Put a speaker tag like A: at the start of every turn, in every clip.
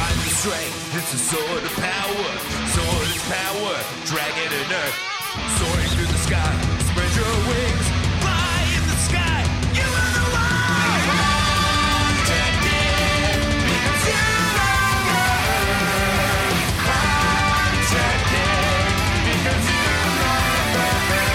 A: strength. It's a sword of power. Sword is power. Dragon and earth. Soaring through the sky. Spread your wings. Fly in the sky. You are the one. Protected. Because you're on the earth. Protected. Because you're on the earth.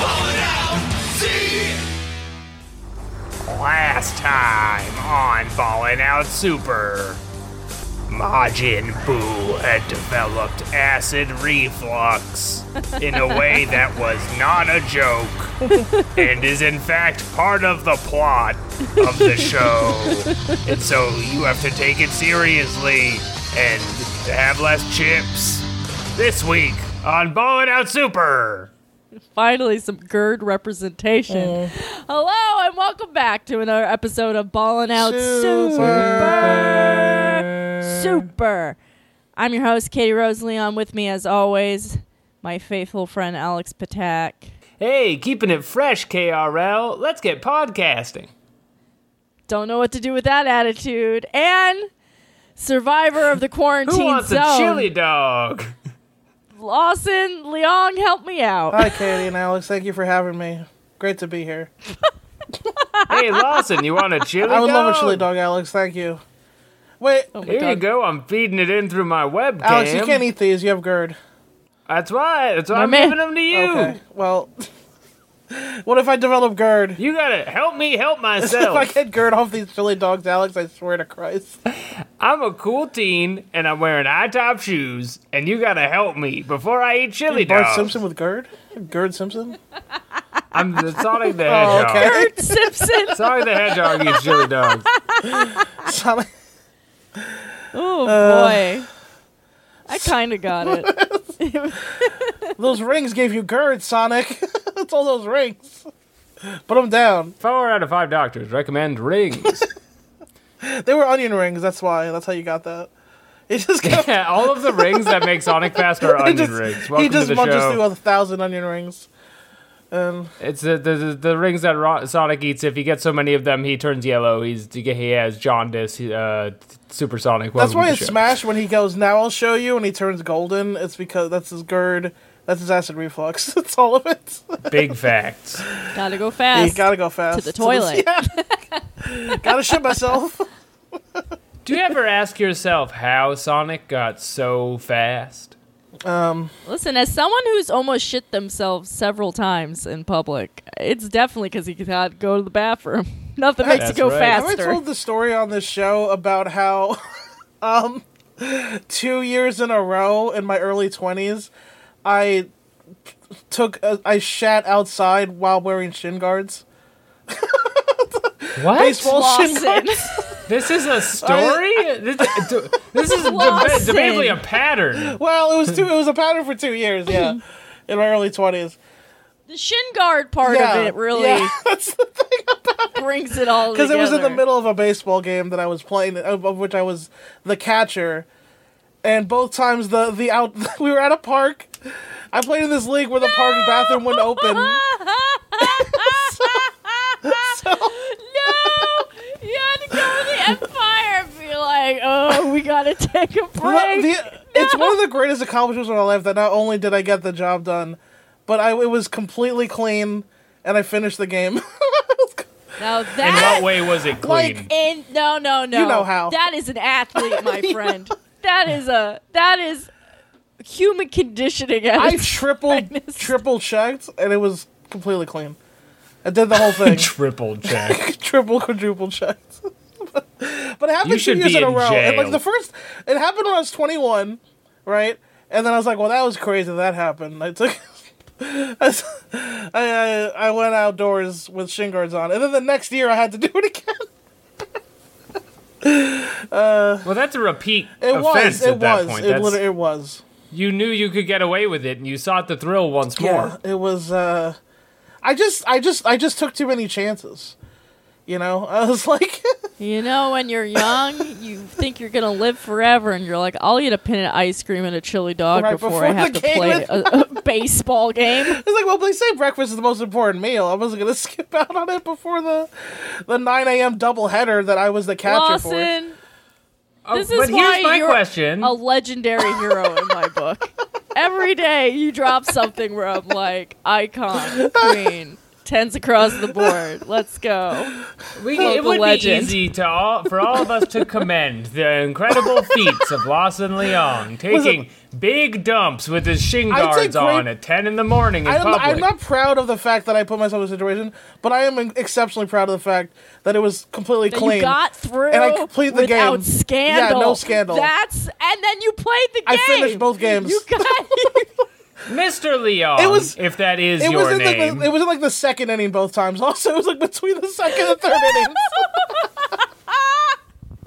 A: Pull it out. See.
B: Last time on Fallen Out Super, Majin Buu had developed acid reflux in a way that was not a joke and is in fact part of the plot of the show. and so you have to take it seriously and have less chips this week on Ballin' Out Super.
C: Finally, some GERD representation. Hello, and welcome back to another episode of Ballin' Out Super. Super. I'm your host, Katie Rose Leon. With me, as always, my faithful friend, Alex Patak.
B: Hey, keeping it fresh, KRL. Let's get podcasting.
C: Don't know what to do with that attitude. And survivor of the quarantine
B: Who wants
C: zone.
B: a chili dog?
C: Lawson, Leong, help me out.
B: Oh,
D: Hi, Katie and Alex. Thank you for having me. Great to be here.
B: hey, Lawson, you want a chili dog?
D: I would love a chili dog, Alex. Thank you. Wait,
B: Here you go. I'm feeding it in through my webcam.
D: Alex, you can't eat these. You have GERD.
B: That's why. That's why I'm
C: man.
B: giving them to you.
D: Okay. Well, what if I develop GERD?
B: You gotta help me help
D: If I
B: myself.
D: get GERD off these chili dogs, Alex, I swear to Christ.
B: I'm a cool teen and I'm wearing high top shoes, and you gotta help me before I eat chili
D: Bart
B: dogs.
D: Simpson with GERD? GERD Simpson? Oh,
B: I'm the Sonic the Hedgehog.
D: okay.
C: Bert Simpson.
B: Sonic the Hedgehog eats chili dogs.
D: Sonic-
C: Oh
B: Uh,
C: boy. I kind of got it.
D: those rings gave you GERD, Sonic. That's all those rings. Put them down.
B: Four out of five doctors recommend rings.
D: They were onion rings. That's why. That's how you got that. It just kept
B: yeah, all of the rings that make Sonic faster are
D: He
B: onion
D: just-
B: rings.
D: he
B: Welcome
D: just
B: to the
D: munches
B: show.
D: through a thousand onion rings. And
B: It's the, the the- the rings that Ro- Sonic eats. If he gets so many of them, he turns yellow. He's he has jaundice. He, uh, supersonic.
D: that's
B: Welcome
D: why
B: to
D: in
B: the show.
D: Smash when he goes, "Now I'll show you," and he turns golden. It's because that's his GERD. That's his acid reflux. That's all of it.
B: Big facts.
C: Gotta go
D: You
C: fast.
D: gotta go fast
C: the toilet.
D: yeah. gotta shit myself.
B: Do you ever ask yourself how Sonic got so fast?
C: Listen, as someone who's almost shit themselves several times in public, it's definitely because he could not go to the bathroom. Nothing makes you
B: That's
C: go
B: right.
D: Have I
C: faster.
D: told the story on this show about how, um, two years in a row in my early twenties, I took a, I shat outside while wearing shin guards.
B: What?
D: Baseball shin
C: Lawson.
D: guards.
B: This is a story. this, this is
C: Lawson.
B: deba- debatably a pattern.
D: Well, it was two. It was a pattern for two years. Yeah, in my early twenties.
C: the shin guard part
D: Yeah,
C: of it really
D: yeah,
C: brings it all
D: because
C: together.
D: it was in the middle of a baseball game that I was playing, of, of which I was the catcher. And both times the the out we were at a park. I played in this league where the park bathroom wouldn't open.
C: no, you had to go to the Empire and be like, "Oh, we gotta take a
D: Well,
C: break."
D: the- It's one of the greatest accomplishments of my life that not only did I get the job done, but I it was completely clean, and I finished the game.
C: now
B: In
C: that
B: what way was it clean?
D: Like-
C: And no, no, no.
D: You know how.
C: That is an athlete, my friend. that is a that is human conditioning. at
D: I
C: its
D: tripled
C: finest.
D: triple checked, and it was completely clean. I did the whole thing.
B: Triple check.
D: triple quadruple checked. but it
B: You
D: happened two
B: should
D: years
B: be
D: in a
B: in
D: row. And like
B: jail.
D: the first, it happened when I was 21, right? And then I was like, well, that was crazy. That happened. I took, I, s- I- I- I went outdoors with shin guards on, and then the next year I had to do it again.
B: well, that's a repeat
D: It
B: offense
D: was. It
B: at that
D: was.
B: point.
D: It
B: That's-
D: literally it was.
B: you knew you could get away with it, and you sought the thrill once more.
D: It was. uh I just, I just, I just took too many chances. You know, I was like,
C: You know, when you're young, you think you're gonna live forever, and you're like, "I'll eat a pint of ice cream and a chili dog
D: Right
C: before,
D: before
C: I have
D: the
C: to
D: game
C: play
D: is-
C: a, a baseball game."
D: It's like, well, they say breakfast is the most important meal. I wasn't gonna skip out on it before the the nine a.m. doubleheader that I was the catcher for.
C: Lawson, this is
B: but
C: why
B: here's my
C: you're
B: question.
C: a legendary hero in my book. Every day you drop something where I'm like, "Icon, queen, tens across the board, let's go."
B: We,
C: Local
B: it would
C: legend.
B: be easy to all, for all of us to commend the incredible feats of Lawson Leong taking big dumps with his shin
D: I take
B: guards on
D: great-
B: at 10 in the morning in
D: I'm,
B: public.
D: I'm not proud of the fact that I put myself in a situation, but I am exceptionally proud of the fact that it was completely
C: That
D: clean.
C: you got through
D: And I complete the
C: without
D: game.
C: scandal.
D: Yeah, no scandal.
C: That's and then you played the
D: I
C: game.
D: finished both games.
C: You got.
B: Mr. Leong,
D: It was-
B: if that is
D: it
B: your
D: was in like
B: name.
D: the, it was in like the second inning both times. Also, it was like between the second and third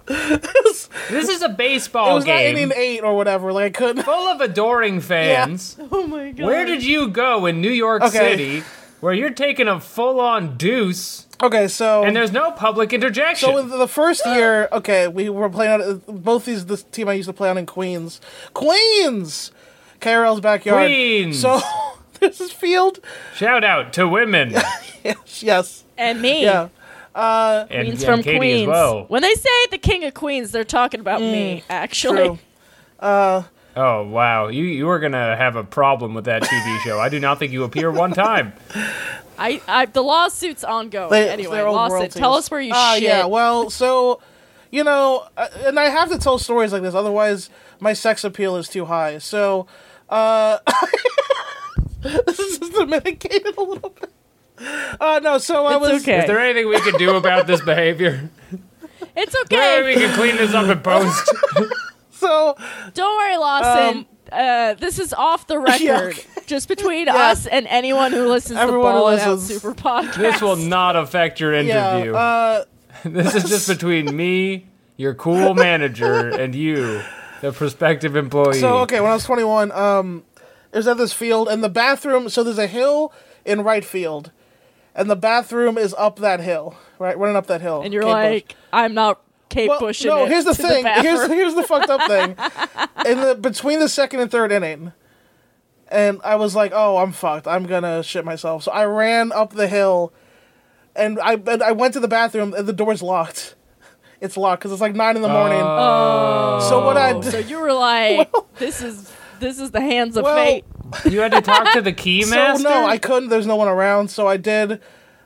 D: innings.
B: this is a
D: It
B: baseball
D: was not
B: game
D: inning eight or whatever. Like I couldn't.
B: full of adoring fans.
C: Oh my god.
B: Where did you go in New York
D: Okay.
B: City where you're taking a full on deuce
D: Okay, so
B: and there's no public interjection?
D: So in the first year, okay, we were playing out both these. This team I used to play on in Queens, Queens, KRL's backyard.
B: Queens.
D: So there's this field.
B: Shout out to women
D: Yes.
C: and me?
D: Yeah.
B: and, and
C: Queens from
B: Katie
C: Queens.
B: as well.
C: When they say the king of Queens, they're talking about me. Actually,
D: Mm, True.
B: Oh wow, you you are gonna have a problem with that TV show. I do not think you appear one time.
C: I, I the lawsuit's ongoing.
D: They-
C: anyway,
D: they're old
C: Lawson,
D: royalties.
C: tell us where you
D: Ah,
C: shit.
D: yeah. Well, so you know, uh, and I have to tell stories like this, otherwise my sex appeal is too high. So uh, this is domesticated a little bit. Uh, no, so I
C: It's
D: was
C: okay.
B: Is there anything we can do about this behavior?
C: it's
B: Maybe we
C: okay.
B: can clean this up in post.
D: so
C: Don't worry, Lawson.
D: Um,
C: uh, this is off the record, just between us and anyone who listens
D: Everyone
C: to
D: who
C: Ball and Out
D: listens.
C: Super Podcast.
B: This will not affect your interview.
D: yeah. Uh,
B: this is just between me, your cool manager, and you, the prospective employee.
D: So okay, when I was 21, um, it was at this field, and the bathroom. So there's a hill in right field, and the bathroom is up that hill, right, running up that hill.
C: and you're
D: Cape Bush.
C: like, I'm not Kate
D: well,
C: Bush.
D: no.
C: it
D: Here's the
C: to
D: thing. here's
C: bathroom.
D: here's the fucked up thing. In the between the second and third inning, and I was like, oh, I'm fucked. I'm gonna shit myself. So I ran up the hill, and I and I went to the bathroom, and the door's locked. It's locked because it's like nine in the morning.
C: Oh.
D: So what I did,
C: so you were like, this is this is the hands of
D: Well,
C: fate.
B: you had to talk to the key master.
D: So no, I couldn't. There's no one around, so I did.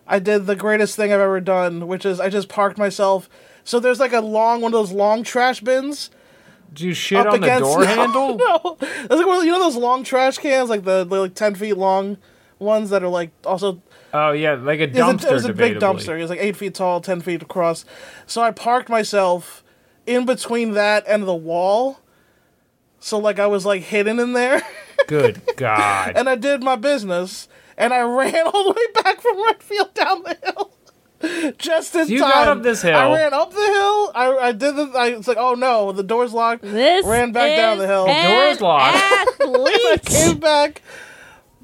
D: I did the greatest thing I've ever done, which is I just parked myself. So there's like a long one of those long trash bins
B: Did you shit
D: up
B: on the
D: against
B: door
D: no,
B: handle?
D: No, there's like one of- you know those long trash cans, like the, the like ten feet long ones that are like also
B: Oh yeah, like a
D: it was
B: dumpster.
D: a, it was a big
B: debatably.
D: dumpster. It was like eight feet tall, ten feet across. So I parked myself in between that and the wall. So like I was like hidden in there.
B: Good God.
D: and I did my business, and I ran all the way back from right field down the hill. Just in
B: You
D: time.
B: got up this hill.
D: I ran up the hill. I, I did the. I was like, oh no, the door's locked.
C: This
D: ran back
C: is
D: down the hill.
C: an
B: Doors locked.
D: I
C: Athlete.
D: came back.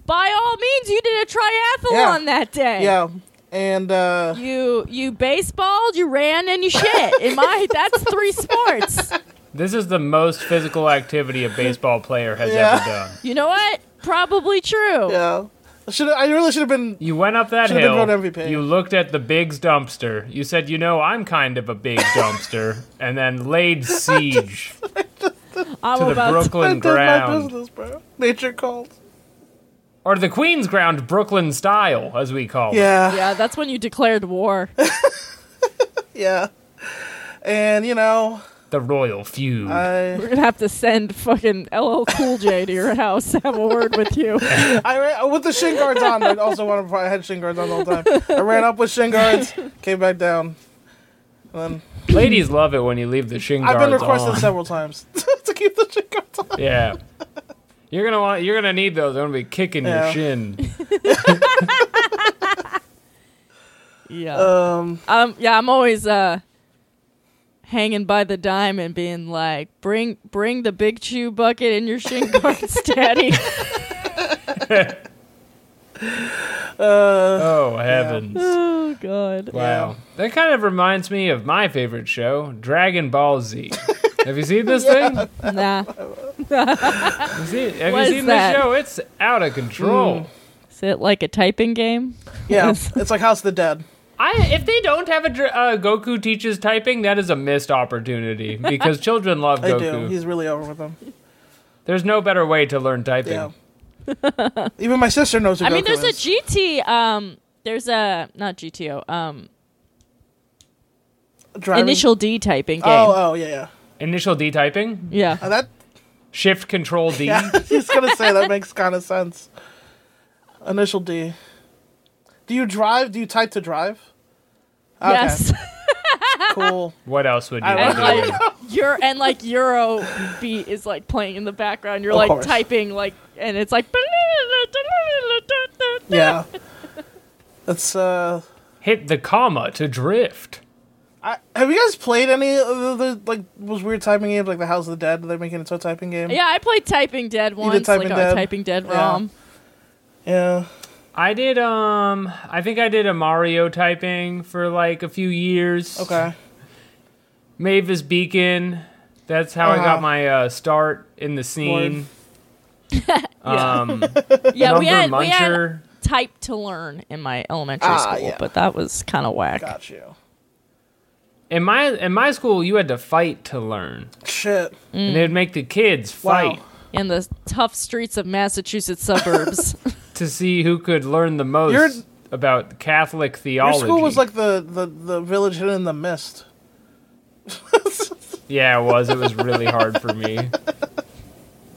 C: By all means, you did a triathlon
D: Yeah.
C: that day.
D: Yeah, and uh,
C: You you baseballed, you ran, and you shit. In my that's three sports.
B: This is the most physical activity a baseball player has
D: Yeah.
B: ever done.
C: You know what? Probably true.
D: yeah, should I really should have been.
B: You went up that
D: Should've been
B: hill.
D: called MVP.
B: You looked at the Biggs dumpster. You said, "You know, I'm kind of a big dumpster," and then laid siege
C: I'm
B: to the
C: about
D: I
B: Brooklyn
D: did my
B: ground,
D: business, bro. Nature called.
B: or the Queens ground, Brooklyn style, as we call it.
C: to.
D: Yeah,
C: Yeah, that's when you declared war.
D: yeah, and you know,
B: The royal feud.
D: I.
C: We're gonna have to send fucking LL Cool J to your house. Have a word with you.
D: I ran uh, with the shin guards on. I also wanted to, I had shin guards on the whole time. I ran up with shin guards, came back down. And then
B: Ladies love it when you leave the shin guards
D: I've been requested
B: on.
D: several times to keep the shin guards on.
B: Yeah. You're gonna want. You're gonna need those. They're gonna be kicking your
D: Yeah.
B: shin.
C: Yeah.
D: Um,
C: um. Yeah. I'm always uh hanging by the dime and being like, bring bring the big chew bucket in your shin guards, daddy.
D: uh,
B: Oh heavens!
C: Oh god.
B: Wow, that kind of reminds me of my favorite show, Dragon Ball Z. Have you seen this thing?
C: Nah.
B: You see- have
C: What
B: you
C: is
B: seen this
C: that? Hmm.
B: show? It's out of control.
C: Is it like a typing game?
D: Yeah, it's like House of the Dead.
B: I if they don't have a dr- uh, Goku teaches typing, that is a missed opportunity because children love
D: They
B: Goku.
D: do. He's really over with them.
B: There's no better way to learn typing.
D: Yeah. Even my sister knows who
C: I mean,
D: Goku
C: there's a
D: is.
C: GT. Um, there's a not GTO. Um,
D: Driving-
C: initial D typing game.
D: Oh, oh, yeah, yeah.
B: Initial D typing,
C: Yeah.
D: Uh, that
B: Shift Control D.
D: Yeah, he's gonna say that makes kind of sense. Initial D. Do you drive? Do you type to drive? Okay,
C: Yes.
D: Cool.
B: What else would you
D: I
B: want
C: and
B: to do?
C: like your and like Euro beat is like playing in the background. You're
D: Of
C: like
D: course.
C: typing like, and it's like.
D: Yeah. That's uh.
B: Hit the comma to drift.
D: I, have you guys played any of the, the like those weird typing games like the House of the Dead? They're making into a typing game.
C: Yeah, I played Typing Dead once,
D: Typing
C: like
D: Dead.
C: on Typing Dead
D: Yeah.
C: ROM.
D: Yeah.
B: I did um I think I did a Mario typing for like a few years.
D: Okay.
B: Mavis Beacon. That's how I
D: Uh-huh.
B: got my uh, start in the scene. um,
C: Yeah,
B: Number
C: we had we had
B: Muncher.
C: type to learn in my elementary
D: Ah,
C: school,
D: yeah.
C: but that was kind of whack.
D: Got you.
B: In my in my school, you had to fight to learn,
D: Shit.
B: and they'd make the kids fight
D: Wow.
C: In the tough streets of Massachusetts suburbs.
B: to see who could learn the most
D: Your-
B: about Catholic
D: Your
B: theology.
D: school was like the, the, the village hidden in the mist.
B: yeah, it was. It was really hard for me.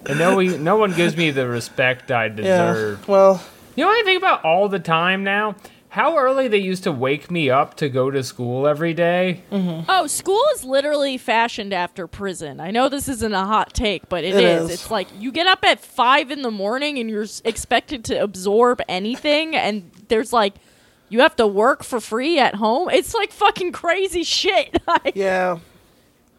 B: And no, we, no one gives me the respect I
D: Yeah.
B: deserve.
D: Well,
B: You know what I think about all the time now? How early they used to wake me up to go to school every day.
C: oh, school is literally fashioned after prison. I know this isn't a hot take, but
D: It
C: it is.
D: is.
C: It's like you get up at five in the morning and you're s- expected to absorb anything, and there's like. You have to work for free at home. It's like fucking crazy shit. Like,
D: yeah.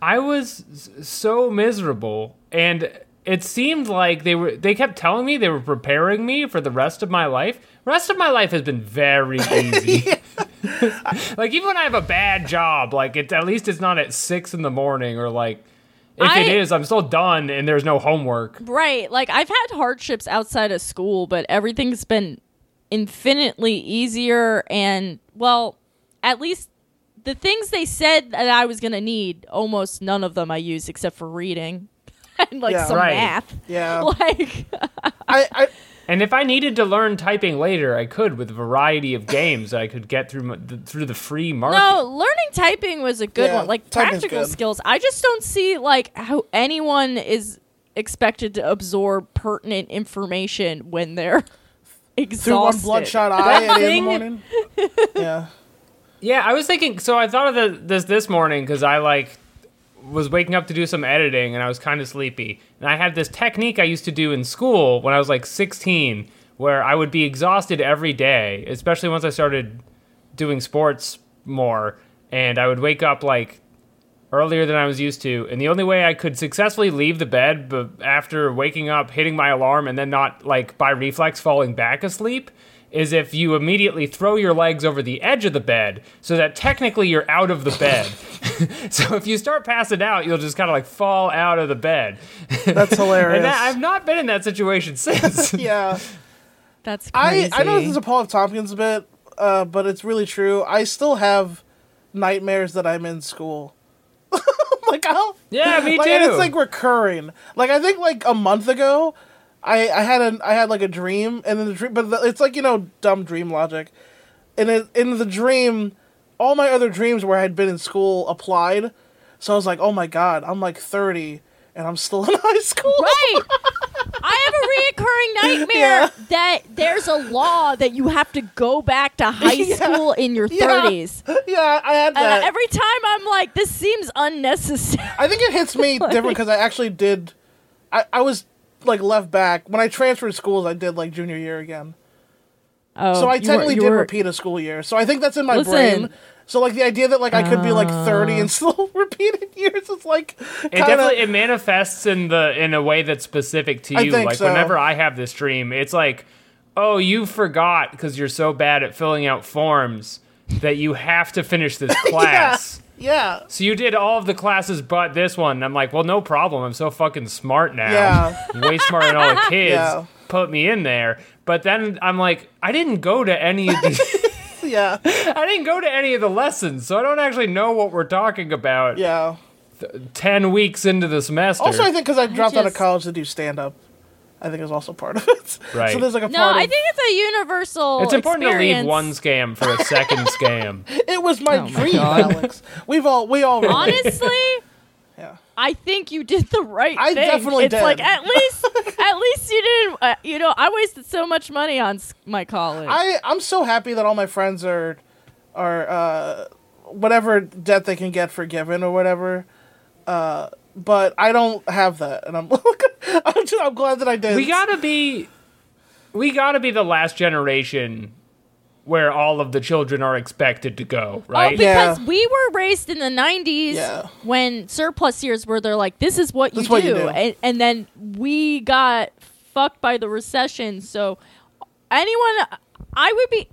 B: I was s- so miserable and it seemed like they were they kept telling me they were preparing me for the rest of my life. Rest of my life has been very easy. like even when I have a bad job, like it's at least it's not at six in the morning or like if
C: I-
B: it is, I'm still done and there's no homework.
C: Right. Like I've had hardships outside of school, but everything's been infinitely easier and well, at least the things they said that I was going to need, almost none of them I used except for reading and like
D: Yeah.
C: some
B: Right.
C: math.
D: Yeah.
C: Like
D: I, I
B: And if I needed to learn typing later, I could with a variety of games that I could get through m- th- through the free market.
C: no, learning typing was a good
D: Yeah,
C: one. Like
D: typing's
C: practical
D: good.
C: skills. I just don't see like how anyone is expected to absorb pertinent information when they're exhausted.
D: threw one bloodshot eye at eight in the
B: thing-
D: morning. Yeah.
B: Yeah, I was thinking. So I thought of the, this this morning because I like was waking up to do some editing and I was kind of sleepy. And I had this technique I used to do in school when I was like 16, where I would be exhausted every day, especially once I started doing sports more. And I would wake up like earlier than I was used to. And the only way I could successfully leave the bed, but after waking up, hitting my alarm, and then not like by reflex falling back asleep, is if you immediately throw your legs over the edge of the bed, so that technically you're out of the bed. so if you start passing out, you'll just kind of like fall out of the bed.
D: That's hilarious.
B: And that, I've not been in that situation since.
D: yeah.
C: That's
D: I,
C: crazy.
D: I know this is a Paul F. Tompkins bit, uh, but it's really true. I still have nightmares that I'm in school. like I'll
B: Yeah, me
D: like,
B: too.
D: and it's like recurring. Like I think like a month ago, I I had an I had like a dream, and then the dream, but the, it's like you know dumb dream logic, and it, in the dream, all my other dreams where I had been in school applied, so I was like, oh my god, I'm like thirty and I'm still in high school.
C: Right. I have a reoccurring nightmare
D: Yeah.
C: that there's a law that you have to go back to high
D: Yeah.
C: school in your
D: Yeah.
C: 30s.
D: Yeah, I had
C: And
D: that.
C: every time I'm like, this seems unnecessary.
D: I think it hits me different because I actually did. I, I was like left back when I transferred schools. I did like junior year again,
C: Oh,
D: so I
C: you were-
D: technically
C: you
D: did
C: were-
D: repeat a school year. So I think that's in my
C: Listen. Uh.
D: brain. So like the idea that like I could be like thirty and still repeated years is like
B: It
D: kind
B: definitely
D: of
B: it manifests in the in a way that's specific to
D: I
B: you.
D: think
B: like
D: so.
B: whenever I have this dream, it's like oh, you forgot because you're so bad at filling out forms that you have to finish this class.
D: Yeah.
B: So you did all of the classes but this one. And I'm like, well, no problem. I'm so fucking smart now.
D: Yeah.
B: Way smarter than all the kids.
D: Yeah.
B: Put me in there. But then I'm like, I didn't go to any of these.
D: Yeah.
B: I didn't go to any of the lessons, so I don't actually know what we're talking about.
D: Yeah.
B: Ten weeks into the semester.
D: Also, I think because I dropped out of
C: just-
D: college to do stand up, I think is also part of it.
B: Right.
D: So there's like a
C: No,
D: part.
C: I
D: of-
C: think it's a universal.
B: it's important to leave
C: experience.
B: one scam for a second scam.
D: it was my
C: Oh my
D: dream,
C: God.
D: Alex. We've all we all
C: Honestly,
D: Yeah.
C: I think you did the right
D: I
C: thing.
D: definitely
C: it's
D: did.
C: like at least, at least you didn't. Uh, you know, I wasted so much money on s- my college.
D: I I'm so happy that all my friends are are uh, whatever debt they can get forgiven or whatever. Uh, but I don't have that, and I'm I'm, just, I'm glad that I did.
B: we gotta be, we gotta be the last generation where all of the children are expected to go.
C: Oh,
B: Right?
C: because we were raised in the 90s
D: Yeah.
C: when surplus years were they're like, this is what you
D: That's
C: do.
D: what you do.
C: And, and then we got fucked by the recession. So anyone, I would be.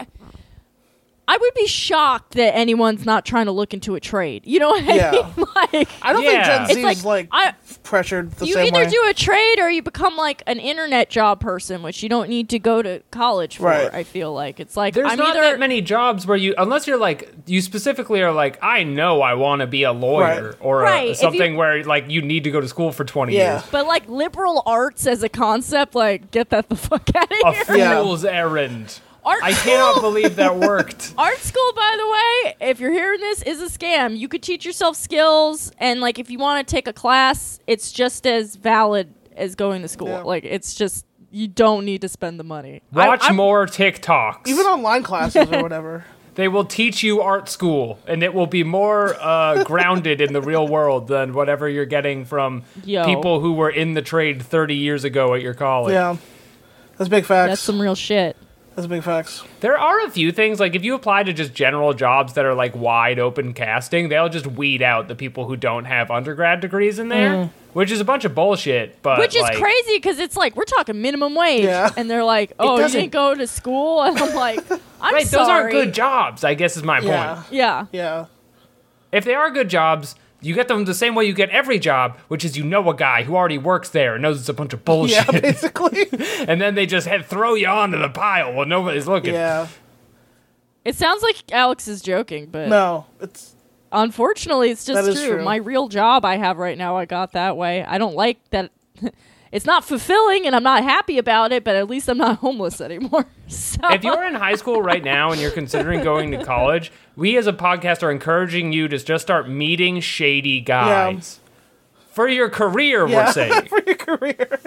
C: I would be shocked that anyone's not trying to look into a trade. You know what I
D: Yeah.
C: mean? Like,
D: I don't
B: Yeah.
D: think Gen
B: It's
D: Z is like,
C: I,
D: pressured the
C: you
D: same
C: either
D: way.
C: do a trade or you become like an internet job person, which you don't need to go to college for.
D: Right.
C: I feel like it's like
B: There's
C: I'm
B: not
C: either
B: that many jobs where you, unless you're like, you specifically are like, I know I want to be a lawyer
D: Right.
B: or a-
C: Right, if
B: something
C: you-
B: where like you need to go to school for 20
D: Yeah.
B: years.
C: But like liberal arts as a concept, like get that the fuck out
B: A
C: of here.
D: Yeah.
B: fool's errand.
C: Art
B: I
C: school,
B: cannot believe that worked.
C: art school, by the way, if you're hearing this, is a scam. You could teach yourself skills, and like if you want to take a class, it's just as valid as going to school.
D: Yeah.
C: Like it's just you don't need to spend the money. I-
B: Watch
C: I'm-
B: more TikToks.
D: Even online classes or whatever.
B: they will teach you art school, and it will be more uh, grounded in the real world than whatever you're getting from
C: Yo.
B: people who were in the trade 30 years ago at your college.
D: yeah. That's big facts.
C: That's some real shit.
D: That's big facts.
B: There are a few things like if you apply to just general jobs that are like wide open casting, they'll just weed out the people who don't have undergrad degrees in there, which is a bunch of bullshit. But
C: Mm. Which is
B: like,
C: crazy because it's like we're talking minimum wage,
D: Yeah.
C: and they're like, "Oh, you
D: doesn't-
C: didn't go to school," and I'm like, "I'm
B: Right, those aren't
C: sorry."
B: good jobs. I guess is my
D: Yeah.
B: point. Oh,
C: Yeah,
D: Yeah.
B: If they are good jobs, you get them the same way you get every job, which is you know a guy who already works there and knows it's a bunch of
D: Yeah,
B: bullshit,
D: basically.
B: and then they just head, throw you onto the pile while nobody's looking.
D: yeah.
C: it sounds like Alex is joking, but
D: No, it's
C: Unfortunately, it's just
D: That is
C: true.
D: true.
C: My real job I have right now, I got that way. I don't like that. It's not fulfilling, and I'm not happy about it. But at least I'm not homeless anymore. So
B: if you're in high school right now and you're considering going to college, we as a podcast are encouraging you to just start meeting shady guys. For your career,
D: yeah,
B: we're saying.
D: for your career.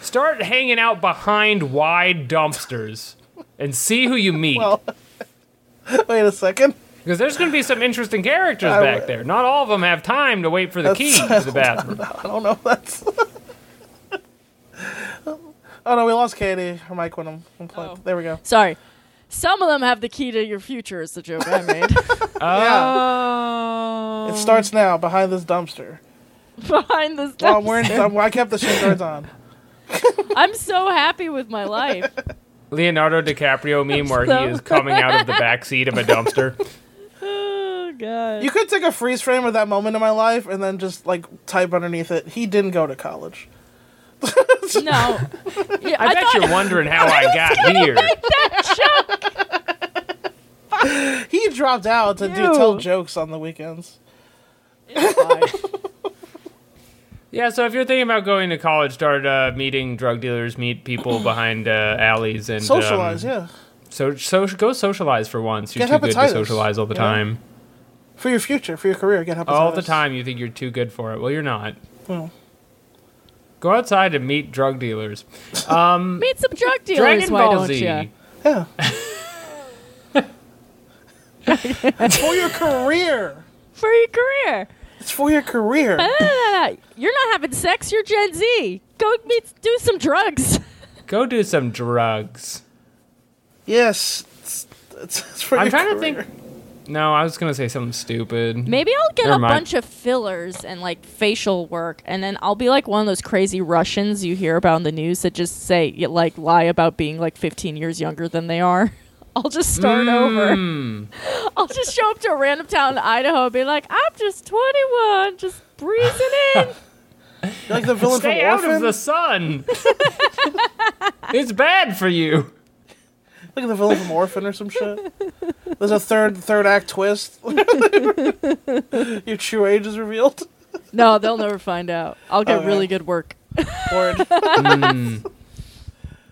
B: Start hanging out behind wide dumpsters and see who you meet.
D: Well,
B: Because
D: Wait a second.
B: there's going to be some interesting characters back
D: would-
B: there. Not all of them have time to wait for the key to the bathroom.
D: I don't know if that's. oh no, we lost Katie. Her mic went unplugged.
C: Oh.
D: There we go.
C: sorry, some of them have the key to your future. Is the joke I made
B: Uh, Oh.
D: It starts now behind this dumpster.
C: behind this?
D: Well, I'm wearing.
C: dumpster.
D: I'm, I kept the shin guards on.
C: I'm so happy with my life.
B: Leonardo DiCaprio meme where
C: So-
B: he is coming out of the backseat of a dumpster.
C: Oh god.
D: You could take a freeze frame of that moment in my life and then just like type underneath it. He didn't go to college.
C: No. Yeah,
B: I,
C: I,
B: bet
C: thought
B: you're wondering how I got here.
D: He dropped out to do
C: Ew.
D: tell jokes on the weekends.
B: Yeah, so if you're thinking about going to college, start uh, meeting drug dealers, meet people behind uh, alleys, and
D: Socialize,
B: Um,
D: yeah,
B: So, so go socialize for once. You're
D: Get
B: too good to
D: hepatitis,
B: socialize all the
D: you know?
B: time.
D: for your future, for your career, get help.
B: All the time, you think you're too good for it. Well, you're not.
D: Well.
B: Go outside and meet drug dealers.
C: meet some drug dealers.
B: Dragon
C: why
B: Ball
C: don't
B: Z.
C: you?
D: Yeah. for your career.
C: For your career.
D: It's for your career.
C: No, no, no. You're not having sex. You're Gen Z. Go meet, do some drugs.
B: Go do some drugs.
D: Yes. It's, it's, it's for
B: I'm
D: your
B: trying to
D: career.
B: think. No, I was gonna say something stupid.
C: Maybe I'll get
B: Never
C: a
B: mind.
C: bunch of fillers and like facial work, and then I'll be like one of those crazy Russians you hear about in the news that just say you, like lie about being like 15 years younger than they are. I'll just
B: Mm.
C: start over. I'll just show up to a random town in Idaho and be like, "I'm just 21, just breezing in."
D: You're like the villain
B: Stay
D: from
B: out
D: Orphan.
B: of the sun. it's bad for you.
D: Like the villain from Orphan or some shit. There's a third third act twist. Your true age is revealed.
C: No, they'll never find out. I'll get
D: Okay.
C: really good work.
D: Bored.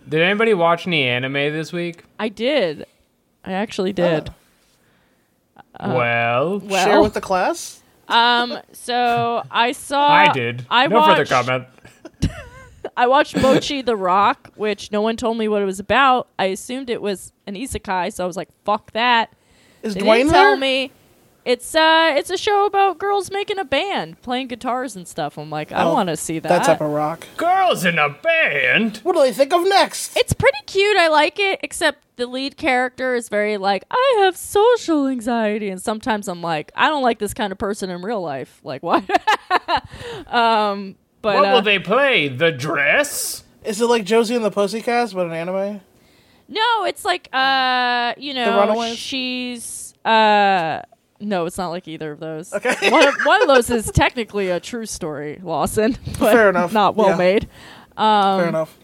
B: Did anybody watch any anime this week?
C: I did. I actually did.
B: Oh. well,
C: Uh, Well,
D: Share with the class.
C: um, so I saw.
B: I did.
C: I
B: no
C: watched,
B: further comment.
C: I watched Mochi the Rock, which no one told me what it was about. I assumed it was an isekai, so I was like, "Fuck that."
D: Is
C: They
D: Dwayne
C: didn't
D: there?
C: tell me. It's uh, it's a show about girls making a band, playing guitars and stuff. I'm like, I
D: Oh,
C: want to see that.
D: That's up a rock.
B: Girls in a band.
D: What do they think of next?
C: it's pretty cute. I like it, except the lead character is very like, I have social anxiety, and sometimes I'm like, I don't like this kind of person in real life. Like, what? um, but
B: What
C: uh,
B: will they play? The dress?
D: Is it like Josie and the Pussycats, but an anime?
C: no, it's like, uh, you know,
D: Runaways?
C: she's uh. No, it's not like either of those.
D: Okay.
C: one, of, one of those is technically a true story, Lawson, but
D: Fair enough.
C: not well
D: Yeah.
C: made. Um,
D: Fair enough.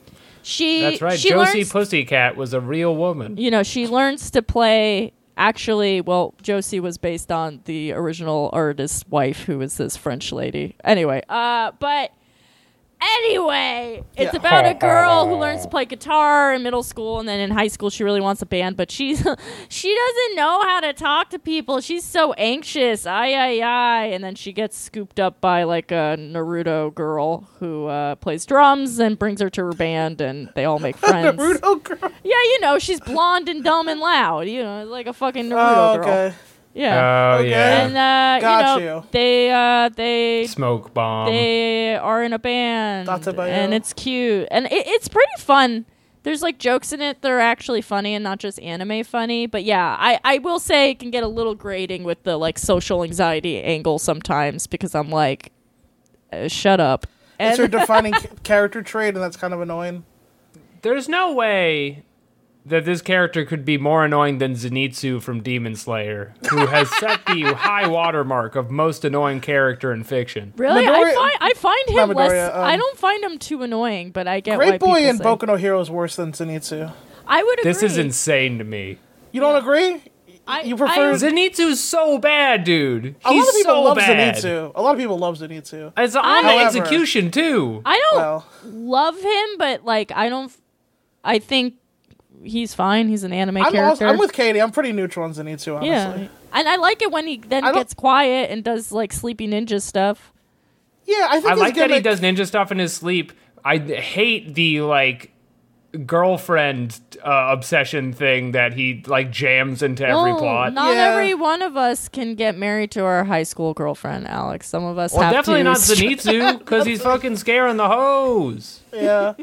C: She
B: That's right.
C: She
B: Josie
C: learns,
B: Pussycat was a real woman.
C: you know, she learns to play. Actually, well, Josie was based on the original artist's wife, who was this French lady. Anyway, uh, but anyway, it's
D: Yeah.
C: about a girl who learns to play guitar in middle school, and then in high school she really wants a band, but she's she doesn't know how to talk to people. She's so anxious. Ay ay ay, and then she gets scooped up by like a Naruto girl who uh, plays drums and brings her to her band, and they all make friends.
D: Naruto Oh, girl.
C: Yeah, you know, she's blonde and dumb and loud. You know, like a fucking Naruto
D: Oh,
C: girl.
D: okay.
B: Oh,
C: Yeah.
D: Okay.
B: yeah.
C: and uh,
D: Got
C: you know,
D: you.
C: they uh, they
B: Smoke bomb.
C: they are in a band,
D: Datsubayo.
C: and it's cute, and it, it's pretty fun. There's like jokes in it that are actually funny and not just anime funny. But yeah, I I will say it can get a little grating with the like social anxiety angle sometimes because I'm like, uh, shut up.
D: It's her
C: And
D: defining ca- character trait, and that's kind of annoying.
B: There's no way that this character could be more annoying than Zenitsu from Demon Slayer, who has set the high watermark of most annoying character in fiction.
C: really, I
D: Midori-
C: find I find him
D: Not
C: less.
D: Midoriya, um,
C: I don't find him too annoying, but I get why
D: Great Boy
C: people
D: and
C: say-
D: Boku no Hero is worse than Zenitsu.
C: I would agree.
B: This is insane to me.
D: You don't agree?
C: I,
D: you prefer-
C: I,
B: Zenitsu's so bad, dude. He's
D: A lot of people
B: so
D: love
B: bad.
D: Zenitsu. A lot of people love Zenitsu.
B: It's on the
C: However-
B: execution too.
C: I don't
D: Well,
C: love him, but like I don't. I think he's fine. He's an anime
D: I'm, also,
C: character.
D: I'm with Katie. I'm pretty neutral on Zenitsu, honestly.
C: yeah, and I like it when he then
D: I don't-
C: gets quiet and does like sleepy ninja stuff.
D: Yeah, I think
B: I
D: his
B: like that he
D: gimmick-
B: does ninja stuff in his sleep. I hate the like girlfriend uh, obsession thing that he like jams into every
C: Well,
B: plot.
C: Oh, Not
D: Yeah.
C: every one of us can get married to our high school girlfriend, Alex. Some of us
B: well,
C: have
B: definitely
C: to
B: not
C: str-
B: Zenitsu because he's fucking scaring the hose.
D: Yeah,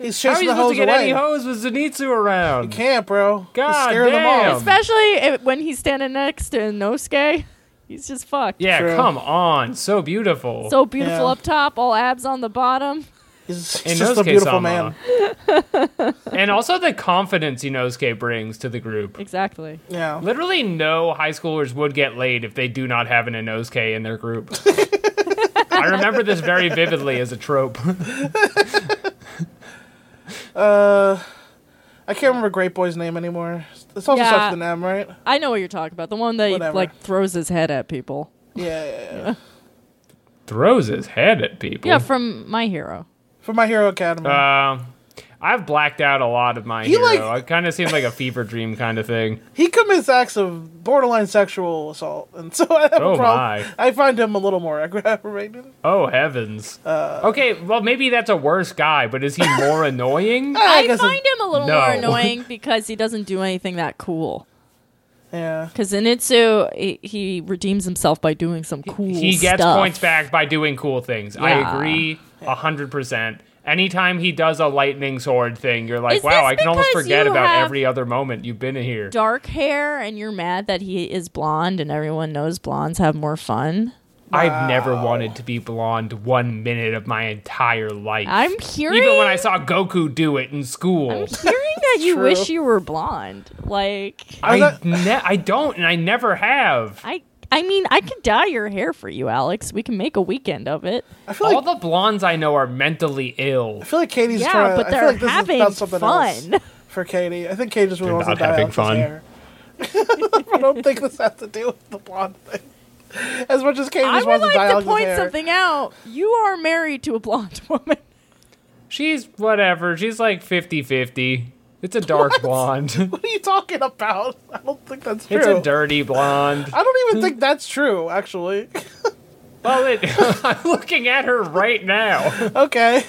D: he's
B: How are
D: chasing
B: you supposed
D: the hose
B: to get any
D: away.
B: hose with Zenitsu around?
D: Can't, bro. he's
B: God
D: scaring them
B: damn.
D: off.
C: Especially if, when he's standing next to Nosuke. He's just fucked.
B: yeah,
D: True.
B: come on, so beautiful.
C: So beautiful
D: Yeah.
C: up top, all abs on the bottom.
D: He's, he's
B: in
D: just
B: Nosuke-sama.
D: a beautiful
B: uh,
D: man.
B: and also the confidence Inosuke brings to the group.
C: Exactly.
D: Yeah.
B: Literally, no high schoolers would get laid if they do not have an Inosuke in their group. I remember this very vividly as a trope.
D: I can't remember Great Boy's name anymore. It's also
C: Yeah.
D: starts with an M, right?
C: I know what you're talking about. The one that
D: Whatever.
C: like throws his head at people.
D: Yeah, yeah, yeah.
B: Throws his head at people.
C: Yeah, from My Hero.
D: For My Hero Academy.
B: Uh, I've blacked out a lot of my
D: He,
B: hero.
D: like-
B: it kind of seems like a fever dream kind of thing.
D: he commits acts of borderline sexual assault, and so I have
B: Oh,
D: a problem.
B: my.
D: I find him a little more aggravated.
B: Oh heavens. okay, well maybe that's a worse guy, but is he more annoying?
D: I
C: I,
D: guess
C: find him a little
B: No.
C: more annoying because he doesn't do anything that cool.
D: Yeah.
C: Because Zenitsu, he, he redeems himself by doing some cool
B: he gets
C: stuff.
B: points back by doing cool things.
C: Yeah.
B: I agree a hundred percent. anytime he does a lightning sword thing, you're like,
C: Is
B: wow,
C: this
B: I can almost
C: because
B: forget
C: you
B: about
C: have-
B: every other moment you've been in here.
C: Dark hair, and you're mad that he is blonde, and everyone knows blondes have more fun.
B: I've never wanted to be blonde one minute of my entire life.
C: I'm hearing.
B: even when I saw Goku do it in school.
C: I'm hearing that you
D: True.
C: wish you were blonde. Like
B: I
D: that-
B: ne- I don't, and I never have.
C: I, I mean, I could dye your hair for you, Alex. We can make a weekend of it.
D: I feel
B: All
D: like
B: the blondes I know are mentally ill.
D: I feel like Katie's
C: Yeah,
D: trying.
C: but
D: I
C: they're
D: feel like this
C: having
D: is about something
C: fun.
D: else for Katie. I think Katie just really
B: They're
D: wants to
B: not
D: die
B: having
D: out
B: fun.
D: his hair. I don't think this has to do with the blonde thing. As much as Katie
C: I
D: just
C: would
D: wants to die
C: like
D: out
C: to
D: his
C: point
D: hair.
C: something out. You are married to a blonde woman.
B: She's whatever. She's like 50 50. It's a dark blonde.
D: What are you talking about? I don't think that's true.
B: it's a Hmm? dirty blonde.
D: I don't even think that's true, actually.
B: Well, it, I'm looking at her right now.
D: okay.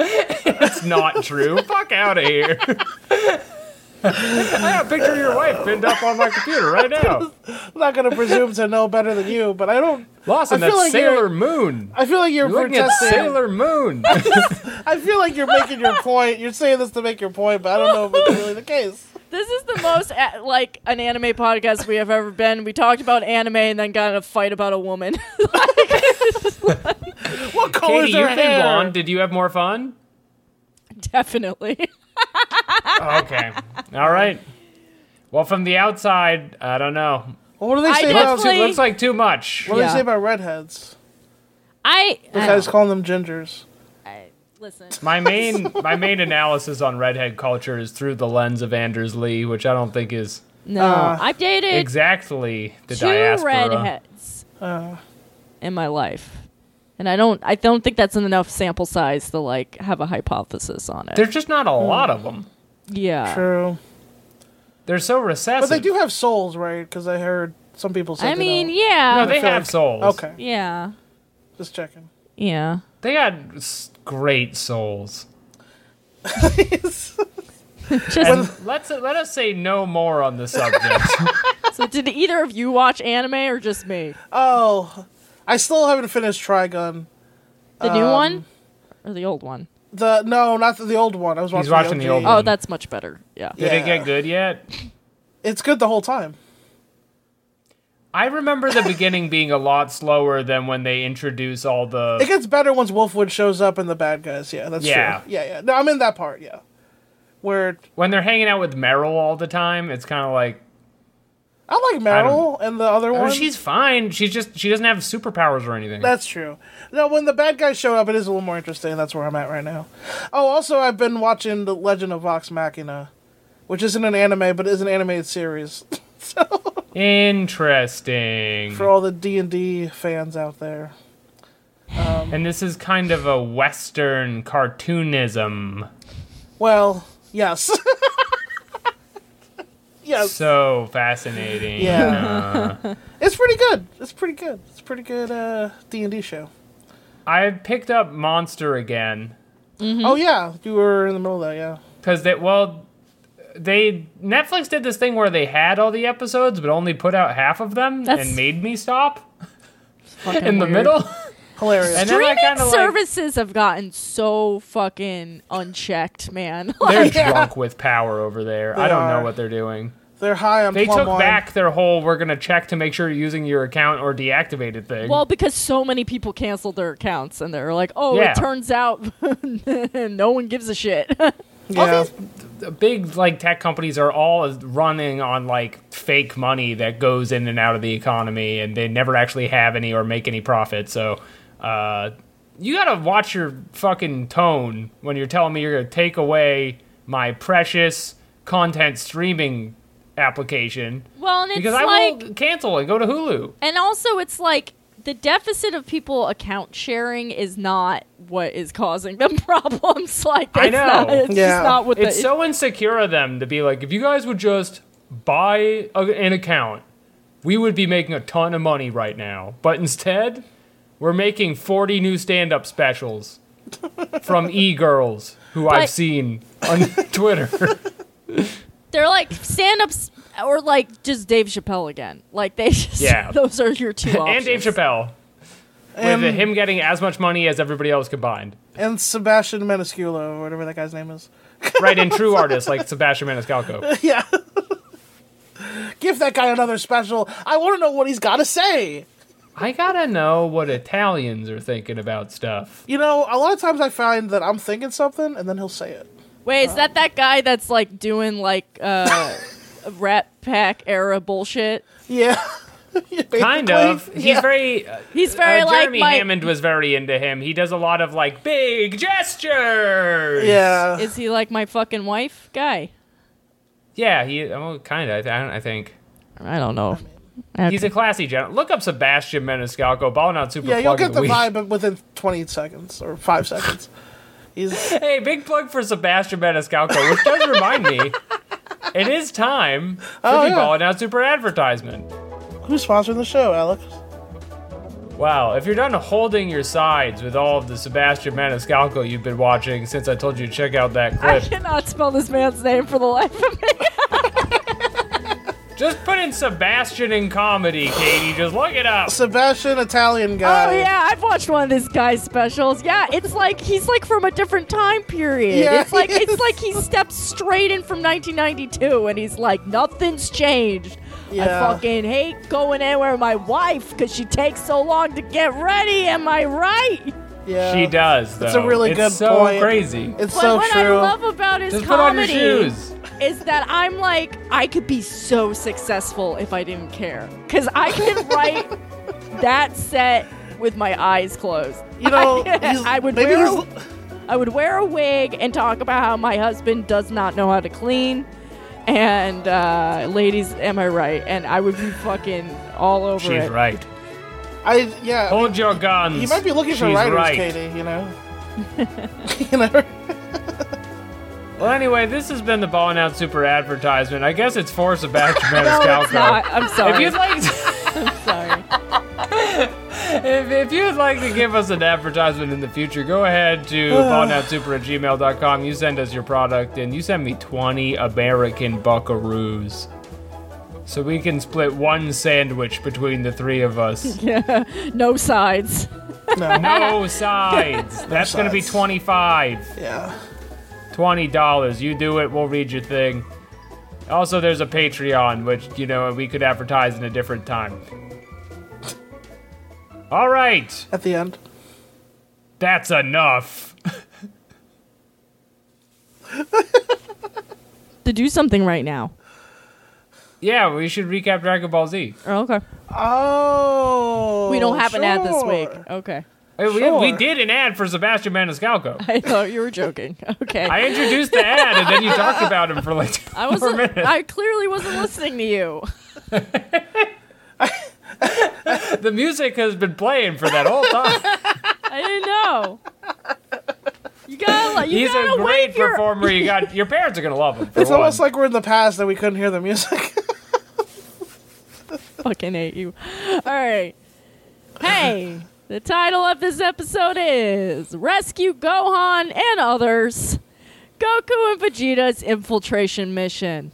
B: It's not true. Fuck out of here. I have a picture of your wife pinned up on my computer right now.
D: I'm not going to presume to know better than you, but I don't.
B: Lawson,
D: I feel
B: that's
D: like you're-
B: Sailor Moon.
D: I feel like you're
B: You're looking at
D: protesting.
B: Sailor Moon.
D: I feel like you're making your point. You're saying this to make your point, but I don't know if it's really the case.
C: This is the most a- like an anime podcast we have ever been. We talked about anime and then got in a fight about a woman.
D: What color
B: Katie,
D: is her
B: you've been
D: hair?
B: blonde. Did you have more fun?
C: Definitely.
B: Okay. All right. Well, from the outside, I don't know.
D: Well, what do they
C: I
D: say about?
C: definitely-
B: It looks like too much.
D: What do
C: Yeah.
D: they say about redheads?
C: I, I
D: Guys calling them gingers.
C: I- listen.
B: My main my main analysis on redhead culture is through the lens of Anders Lee, which I don't think is
C: No,
D: Uh,
C: I've dated
B: exactly the
C: two
B: diaspora. Uh.
C: redheads in my life, and I don't. I don't think that's enough sample size to like have a hypothesis on it.
B: There's just not a
D: Hmm.
B: lot of them.
C: yeah.
D: True,
B: They're so recessive.
D: but they do have souls, right? Because I heard some people say.
C: I
D: they
C: mean,
D: don't.
B: No,
C: yeah,
B: they
D: feel
B: have
D: like-
B: souls.
D: okay,
C: yeah,
D: just checking.
C: yeah.
B: They had s- great souls. And let's uh, let us say no more on the subject.
C: So, did either of you watch anime or just me?
D: oh, I still haven't finished Trigun.
C: The
B: Um,
C: new one or the old one?
D: The no, not the, the old one. I was watching.
B: He's watching
D: the,
B: the old
D: OG.
B: one.
C: Oh,
B: Um,
C: that's much better. Yeah.
B: Did it
D: Yeah.
B: get good yet?
C: Oh.
D: It's good the whole time.
B: I remember the beginning being a lot slower than when they introduce all the
D: It gets better once Wolfwood shows up and the bad guys. Yeah, that's
B: Yeah.
D: true. Yeah, yeah. No, I'm in that part. Yeah, where
B: when they're hanging out with Meryl all the time. It's kind of like
D: I like Meryl and the other
B: oh,
D: one.
B: she's fine. She's just she doesn't have superpowers or anything.
D: Um, That's true. No, when the bad guys show up, it is a little more interesting. That's where I'm at right now. Oh, also, I've been watching The Legend of Vox Machina, which isn't an anime, but is an animated series
B: Interesting.
D: for all the D and D fans out there.
B: And this is kind of a Western cartoonism.
D: Well, yes, yes,
B: So fascinating.
D: Oh. yeah. it's pretty good. It's pretty good. It's pretty good. Uh, D and D show.
B: I picked up Monster again
D: Oh yeah, you were in the middle of that. Yeah.
B: because they well they Netflix did this thing where they had all the episodes but only put out half of them
C: That's-
B: and made me stop
C: Fucking
B: in the
C: weird.
B: middle.
D: Hilarious.
B: And then I
C: Streaming
B: kinda like-
C: services have gotten so fucking unchecked, man. Like,
B: They're
D: Yeah.
B: drunk with power over there. I don't
D: are.
B: know what they're doing.
D: They're high on
B: They
D: plum
B: took
D: wine.
B: back their whole "we're gonna check to make sure you're using your account or deactivated" thing.
C: well, because so many people canceled their accounts, and they're like, "Oh,
B: Yeah.
C: it turns out no one gives a shit."
D: Yeah.
B: the uh, big like tech companies are all running on like fake money that goes in and out of the economy, and they never actually have any or make any profit. So, uh, you gotta watch your fucking tone when you're telling me you're gonna take away my precious content streaming application
C: well, and it's
B: because I
C: like
B: will cancel and go to Hulu.
C: And also, it's like the deficit of people account sharing is not what is causing them problems. Like,
B: I
C: that's not,
B: know.
C: it's
D: Yeah.
C: just not what
B: It's
C: the,
B: so insecure of them to be like, if you guys would just buy a, an account, we would be making a ton of money right now. But instead, we're making 40 new stand up specials from e girls who
C: But-
B: I've seen on Twitter.
C: they're like stand ups or like just Dave Chappelle again. Like, they just,
B: Yeah.
C: those are your two options.
B: and Dave Chappelle. with him getting as much money as everybody else combined.
D: and Sebastian Maniscalco, or whatever that guy's name is.
B: Right, and true artists like Sebastian Maniscalco.
D: Yeah. Give that guy another special. I want to know what he's got to say.
B: I gotta know what Italians are thinking about stuff.
D: You know, a lot of times I find that I'm thinking something and then he'll say it.
C: Wait, is that that guy that's like doing like uh, Rat Pack era bullshit?
D: Yeah.
B: Kind
D: Basically,
B: of. He's
D: yeah.
B: very. Uh,
C: He's very
B: uh,
C: like
B: Jeremy
C: my.
B: Hammond was very into him. He does a lot of like big gestures.
D: Yeah.
C: Is he like my fucking wife guy?
B: Yeah. He well, kind of. I, th- I don't- I think.
C: I don't know.
B: He's a classy gentleman. Look up Sebastian Maniscalco, balling out super
D: yeah, you'll
B: plug of
D: get the
B: week.
D: vibe within 20 seconds or 5 seconds. He's
B: Hey, big plug for Sebastian Maniscalco, which does remind me, it is time for the
D: Oh, yeah.
B: Balling Out Super advertisement.
D: who's sponsoring the show, Alex?
B: Wow, if you're done holding your sides with all of the Sebastian Maniscalco you've been watching since I told you to check out that
C: I
B: clip,
C: cannot spell this man's name for the life of me.
B: just put in Sebastian in comedy, Katie. Just look it up.
D: Sebastian Italian guy.
C: Oh yeah, I've watched one of this guy's specials. Yeah, it's like he's like from a different time period.
D: Yeah,
C: it's like
D: he
C: it's
D: is.
C: like he stepped straight in from 1992, and he's like nothing's changed.
D: Yeah.
C: I fucking hate going anywhere with my wife because she takes so long to get ready. Am I right?
D: Yeah.
B: She does, though.
D: a really good
B: so
D: point.
B: crazy.
D: It's
C: But
D: so
C: what
D: true.
C: I love about his
B: Just put on your
C: comedy
B: shoes.
C: is that I'm like, I could be so successful if I didn't care. Because I could write that set with my eyes closed.
D: you know, he's,
C: I would
D: maybe
C: wear
D: he's,
C: a, I would wear a wig and talk about how my husband does not know how to clean. And uh, ladies, am I right? And I would be fucking all over
B: She's
C: it.
B: right.
D: I yeah. I mean,
B: Hold your guns.
D: you might be looking for
B: She's
D: writers,
B: right.
D: Katie, you know. you know.
B: Well, anyway, this has been the Ballin' Out Super advertisement. I guess it's for Sebastian
C: No,
B: Maniscalco.
C: it's not. I'm
B: If
C: sorry.
B: you'd like
C: I'm sorry.
B: if, if you'd like to give us an advertisement in the future, go ahead to balloutsuper at gmail.com. You send us your product and you send me 20 American buckaroos. So we can split one sandwich between the three of us.
C: No sides.
B: No sides. That's going to be
D: sides.
B: 25.
D: Yeah.
B: twenty dollars. You do it, we'll read your thing. Also, there's a Patreon, which you know we could advertise in a different time. All right,
D: At the end.
B: that's enough.
C: To do something right now.
B: Yeah, we should recap Dragon Ball Z.
C: Oh, okay.
D: Oh.
C: We don't have an ad this week.
D: sure.
C: Okay.
B: Hey, We,
D: Sure.
B: we did an ad for Sebastian Maniscalco.
C: I thought you were joking. Okay.
B: I introduced the ad, and then you talked about him for like
C: I
B: four
C: wasn't.
B: minutes.
C: I clearly wasn't listening to you.
B: the music has been playing for that whole time.
C: I didn't know. You gotta. like, You
B: He's
C: gotta
B: a great
C: wave your-
B: performer. You got your parents are gonna love him. for
D: It's
B: one.
D: almost like we're in the past and we couldn't hear the music.
C: fucking hate you. All right. Hey, the title of this episode is Rescue Gohan and Others Goku and Vegeta's Infiltration Mission.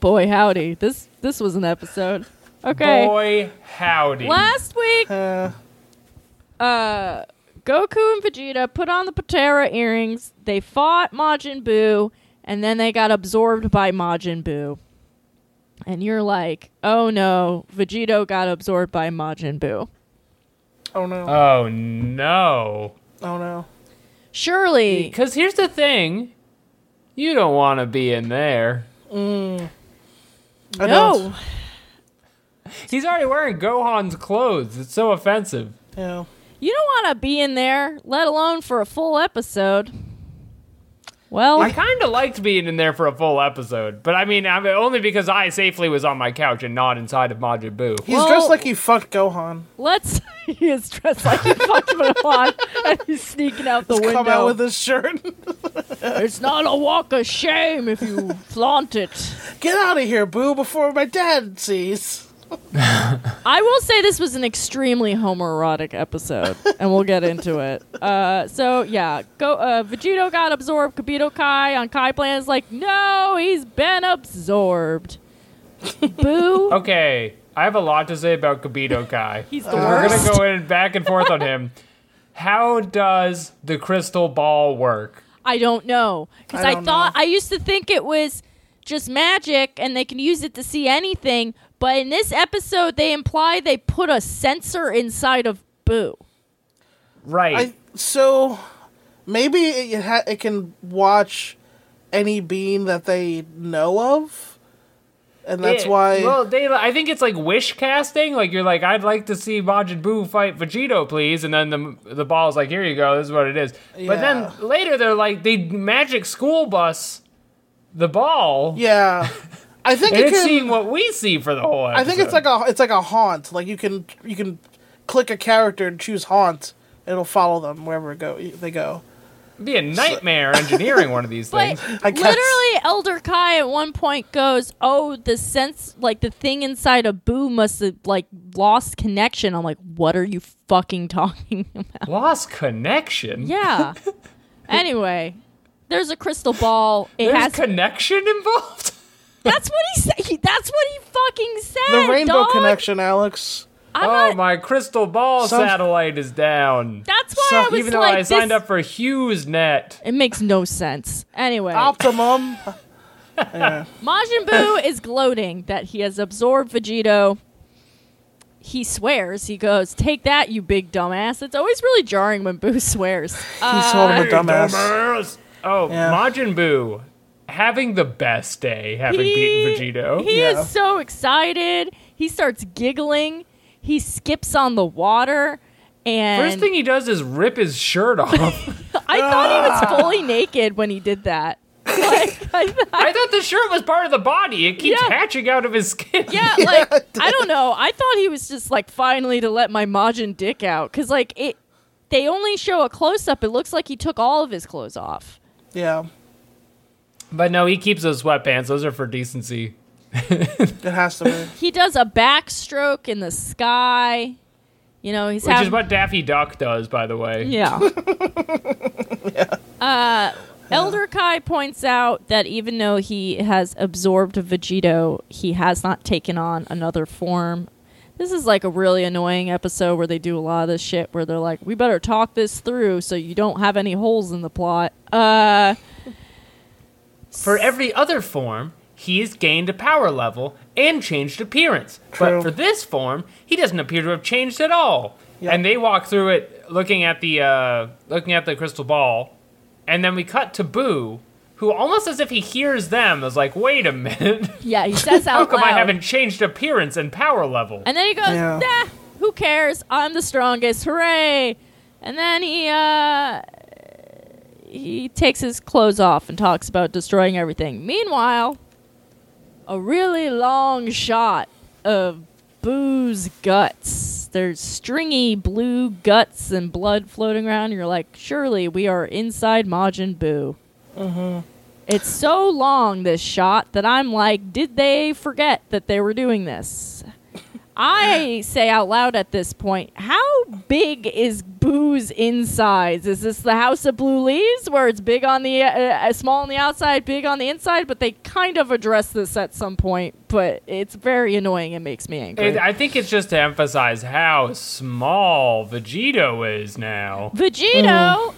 C: Boy, howdy. This this was an episode. Okay.
B: boy howdy.
C: Last week,
D: uh,
C: uh, Goku and Vegeta put on the Patera earrings. They fought Majin Buu, and then they got absorbed by Majin Buu. And you're like, oh no, Vegito got absorbed by Majin Buu.
D: oh no.
B: Oh no.
D: oh no.
C: Surely,
B: Because here's the thing you don't want to be in there.
D: I
C: no.
B: He's already wearing Gohan's clothes. It's so offensive.
D: Yeah.
C: You don't want to be in there, let alone for a full episode. Well,
B: I kind of liked being in there for a full episode, but I mean, I mean, only because I safely was on my couch and not inside of Majin Buu.
D: He's
C: Well-
D: dressed like he fucked Gohan.
C: let's. he is dressed like he fucked Milan, and he's sneaking out the window.
D: Come out with his shirt.
C: it's not a walk of shame if you flaunt it.
D: Get out of here, Boo, before my dad sees.
C: I will say this was an extremely homoerotic episode, and we'll get into it. Uh, so yeah, go. Uh, Vegito got absorbed. Kabito Kai on Kai Plan is like, no, he's been absorbed. Boo.
B: Okay, I have a lot to say about Kabito Kai.
C: He's the
B: We're
C: worst.
B: gonna go in back and forth on him. How does the crystal ball work?
C: I don't know because
D: I
C: I,
D: don't
C: thought I used to think it was just magic and they can use it to see anything. But in this episode, they imply they put a sensor inside of Boo.
B: Right.
D: I so maybe it, ha- it can watch any being that they know of, and that's
B: It-
D: why.
B: Well, they. I think it's like wish casting. Like you're like, I'd like to see Majin Buu fight Vegito, please, and then the the ball's like, here you go. This is what it is. But
D: Yeah.
B: then later they're like, they magic school bus the ball,
D: yeah, I think
B: and
D: it
B: it's
D: can.
B: seeing what we see for the whole. Episode.
D: I think it's like a it's like a haunt. Like you can you can click a character and choose haunt. and It'll follow them wherever it go they go.
B: be a nightmare engineering one of these
C: But
B: things.
D: I guess.
C: literally, Elder Kai at one point goes, "Oh, the sense, like the thing inside of Boo must have like lost connection." I'm like, "What are you fucking talking about?"
B: Lost connection.
C: Yeah. anyway, there's a crystal ball. It
B: There's
C: has.
B: connection involved.
C: that's what he said. He- That's what he fucking
D: The
C: said.
D: rainbow
C: dog.
D: connection, Alex.
C: I'm
B: oh,
C: not-
B: my crystal ball
D: Some-
B: satellite is down.
C: That's why
D: So
C: I was
B: Even though
C: like,
B: I signed
C: this-
B: up for Hughes Net.
C: It makes no sense. Anyway,
D: Optimum. yeah.
C: Majin Buu is gloating that he has absorbed Vegito. He swears. He goes, "Take that, you big dumbass." It's always really jarring when Boo swears. Uh,
D: He's holding a dumbass.
B: Dumbass. Oh,
D: Yeah.
B: Majin Buu having the best day having
C: He-
B: beaten Vegito.
C: he
D: Yeah.
C: is so excited. He starts giggling. He skips on the water. And
B: First thing he does is rip his shirt off.
C: I thought he was fully naked when he did that. Like, I thought,
B: I thought the shirt was part of the body. It keeps
C: Yeah.
B: hatching out of his skin.
C: yeah, like I don't know. I thought he was just like finally to let my Majin dick out because like it, they only show a close up. It looks like he took all of his clothes off.
D: Yeah.
B: But no, he keeps those sweatpants. Those are for decency.
D: It has to be.
C: He does a backstroke in the sky. You know, he's
B: Which
C: having
B: is what Daffy Duck does, by the way.
C: Yeah. Uh, Elder Kai points out that even though he has absorbed Vegito, he has not taken on another form. This is like a really annoying episode where they do a lot of this shit where they're like, we better talk this through so you don't have any holes in the plot. Uh,
B: For every other form, he's gained a power level and changed appearance.
D: True.
B: But for this form, he doesn't appear to have changed at all.
D: Yeah.
B: And they walk through it looking at the uh, looking at the crystal ball, and then we cut to Boo, who almost as if he hears them is like, "Wait a minute,
C: yeah, he says out
B: how come
C: loud.
B: I haven't changed appearance and power level?"
C: And then he goes,
D: Yeah.
C: nah, who cares? I'm the strongest. Hooray. And then he uh he takes his clothes off and talks about destroying everything. Meanwhile, a really long shot of Boo's guts. There's stringy blue guts and blood floating around. You're like, surely we are inside Majin Boo. It's so long, this shot, that I'm like, did they forget that they were doing this? I say out loud at this point, how big is Boo's insides? Is this the House of Blue Leaves where it's big on the uh, uh, small on the outside, big on the inside? But they kind of address this at some point, but it's very annoying. It makes me angry.
B: And I think it's just to emphasize how small Vegito is now.
C: Vegito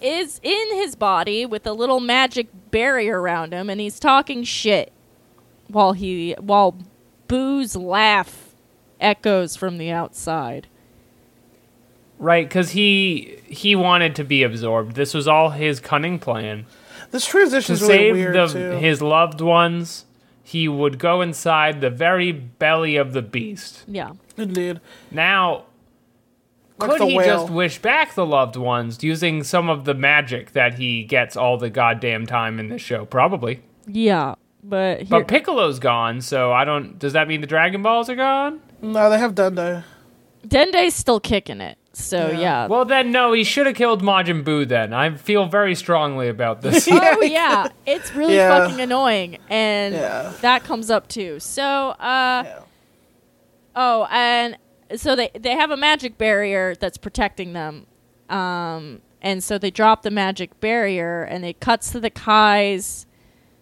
C: is in his body with a little magic barrier around him, and he's talking shit while he while Boo's laugh echoes from the outside.
B: Right, because he he wanted to be absorbed. This was all his cunning plan
D: This
B: to
D: transition's really
B: save
D: weird
B: the,
D: too.
B: his loved ones. He would go inside the very belly of the beast.
C: Yeah,
D: Indeed.
B: Now,
D: Like
B: could
D: the
B: he
D: whale.
B: just wish back the loved ones using some of the magic that he gets all the goddamn time in this show? Probably.
C: yeah, but here,
B: But Piccolo's gone, so I don't. Does that mean the Dragon Balls are gone?
D: No, they have Dundee.
C: Dende's still kicking it. So yeah,
B: Well, then no. He should have killed Majin Buu. Then I feel very strongly about this.
C: oh yeah, it's really
D: Yeah.
C: fucking annoying, and
D: Yeah.
C: that comes up too. So, uh, oh, and so they they have a magic barrier that's protecting them, um, and so they drop the magic barrier, and it cuts to the Kai's,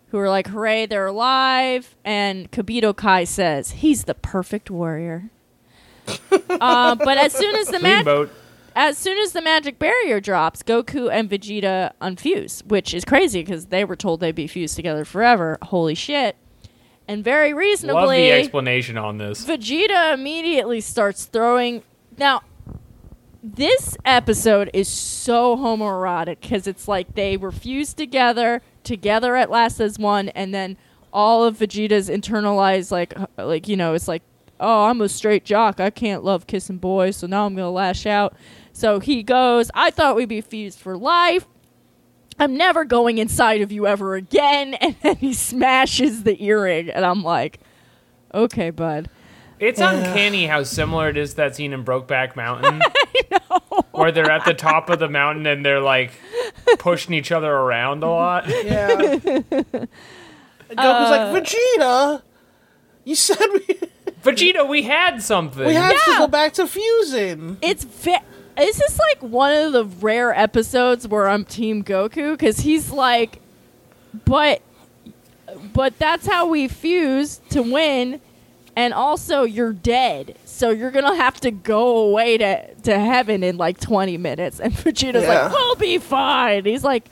C: who are like, hooray, they're alive. And Kabito Kai says, he's the perfect warrior. uh, but as soon as the
B: Clean
C: match
B: boat.
C: as soon as the magic barrier drops, Goku and Vegeta unfuse, which is crazy because they were told they'd be fused together forever. Holy shit. And
B: Love
C: very
B: the
C: reasonably,
B: explanation on this.
C: Vegeta immediately starts throwing. Now, this episode is so homoerotic because it's like they were fused together, together at last as one, and then all of Vegeta's internalized, like, h- like you know, it's like, oh, I'm a straight jock. I can't love kissing boys, so now I'm gonna lash out. So he goes, I thought we'd be fused for life. I'm never going inside of you ever again. And then he smashes the earring, and I'm like, okay, bud.
B: It's uncanny how similar it is to that scene in Brokeback Mountain. Where they're at the top of the mountain and they're like pushing each other around a lot.
D: Yeah. And Goku's
C: Uh.
D: like, Vegeta, you said we,
B: Vegeta, we had something.
D: we have
C: Yeah.
D: to go back to fusing.
C: It's ve- is this like one of the rare episodes where I'm Team Goku because he's like, but, but that's how we fuse to win, and also you're dead, so you're gonna have to go away to to heaven in like 20 minutes. And Vegeta's
D: Yeah.
C: like, we'll be fine. He's like,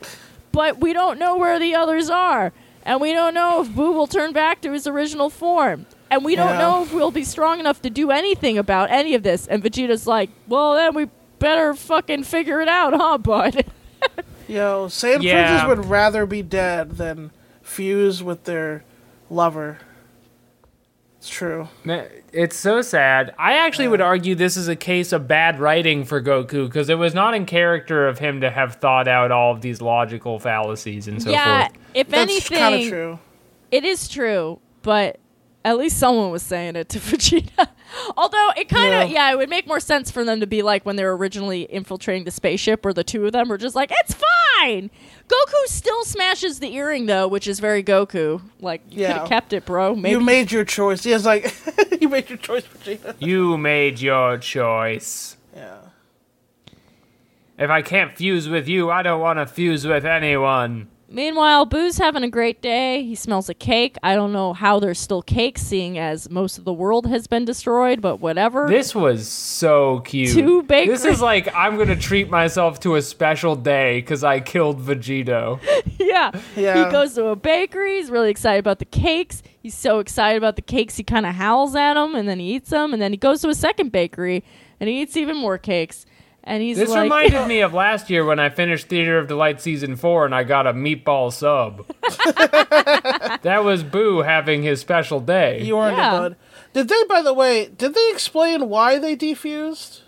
C: but we don't know where the others are, and we don't know if Boo will turn back to his original form, and we don't
D: Yeah.
C: know if we'll be strong enough to do anything about any of this. And Vegeta's like, well, then we better fucking figure it out, huh, bud?
D: Yo, Sand
B: Yeah.
D: Princess would rather be dead than fuse with their lover. It's true.
B: Man, It's so sad. I actually would argue this is a case of bad writing for Goku because it was not in character of him to have thought out all of these logical fallacies and so
C: yeah,
B: forth.
C: if
D: That's kind of
C: anything,
D: true.
C: it is true, but at least someone was saying it to Vegeta. Although it kind of, yeah.
D: Yeah.
C: it would make more sense for them to be like when they were originally infiltrating the spaceship, where the two of them were just like, it's fine. Goku still smashes the earring though, which is very Goku. Like you could
D: Yeah.
C: have kept it, bro. Maybe
D: You made your choice. Yeah, it's like, you made your choice, Vegeta.
B: You made your choice.
D: Yeah.
B: If I can't fuse with you, I don't want to fuse with anyone.
C: Meanwhile, Boo's having a great day. He smells a cake. I don't know how there's still cake, seeing as most of the world has been destroyed, but whatever.
B: This was so cute.
C: Two bakery-
B: This is like I'm gonna treat myself to a special day because I killed Vegito.
C: yeah.
D: Yeah.
C: He goes to a bakery. He's really excited about the cakes. He's so excited about the cakes, he kind of howls at them and then he eats them. And then he goes to a second bakery and he eats even more cakes. And he's
B: This
C: like,
B: reminded me of last year when I finished Theater of Delight season four and I got a meatball sub. that was Boo having his special day.
D: You earned
C: Yeah.
D: it, bud. Did they, by the way, did they explain why they defused?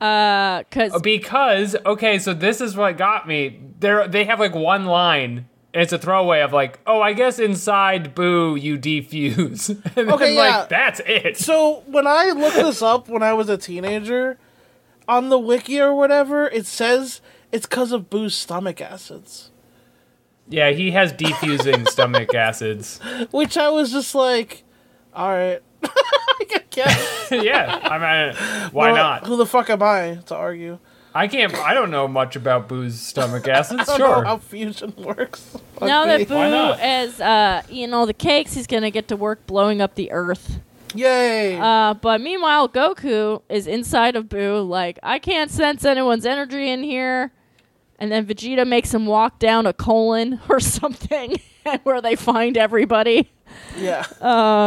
C: uh, because
B: because okay, so this is what got me. There they have like one line. And it's a throwaway of like, oh, I guess inside Boo you defuse, and
D: Okay,
B: then
D: yeah.
B: like that's it.
D: So when I looked this up when I was a teenager, on the wiki or whatever, it says it's because of Boo's stomach acids.
B: yeah, he has defusing stomach acids.
D: Which I was just like, all right. I guess.
B: yeah, I mean, why
D: Well,
B: not?
D: Who the fuck am I to argue?
B: I can't. I don't know much about Boo's stomach acids.
D: I don't know how
B: Sure.
D: fusion works.
C: now
D: Okay.
C: that
B: Why not?
C: Boo is uh, eating all the cakes, he's going to get to work blowing up the earth.
D: Yay!
C: Uh, but meanwhile, Goku is inside of Boo, like, I can't sense anyone's energy in here. And then Vegeta makes him walk down a colon or something where they find everybody.
D: yeah.
C: uh,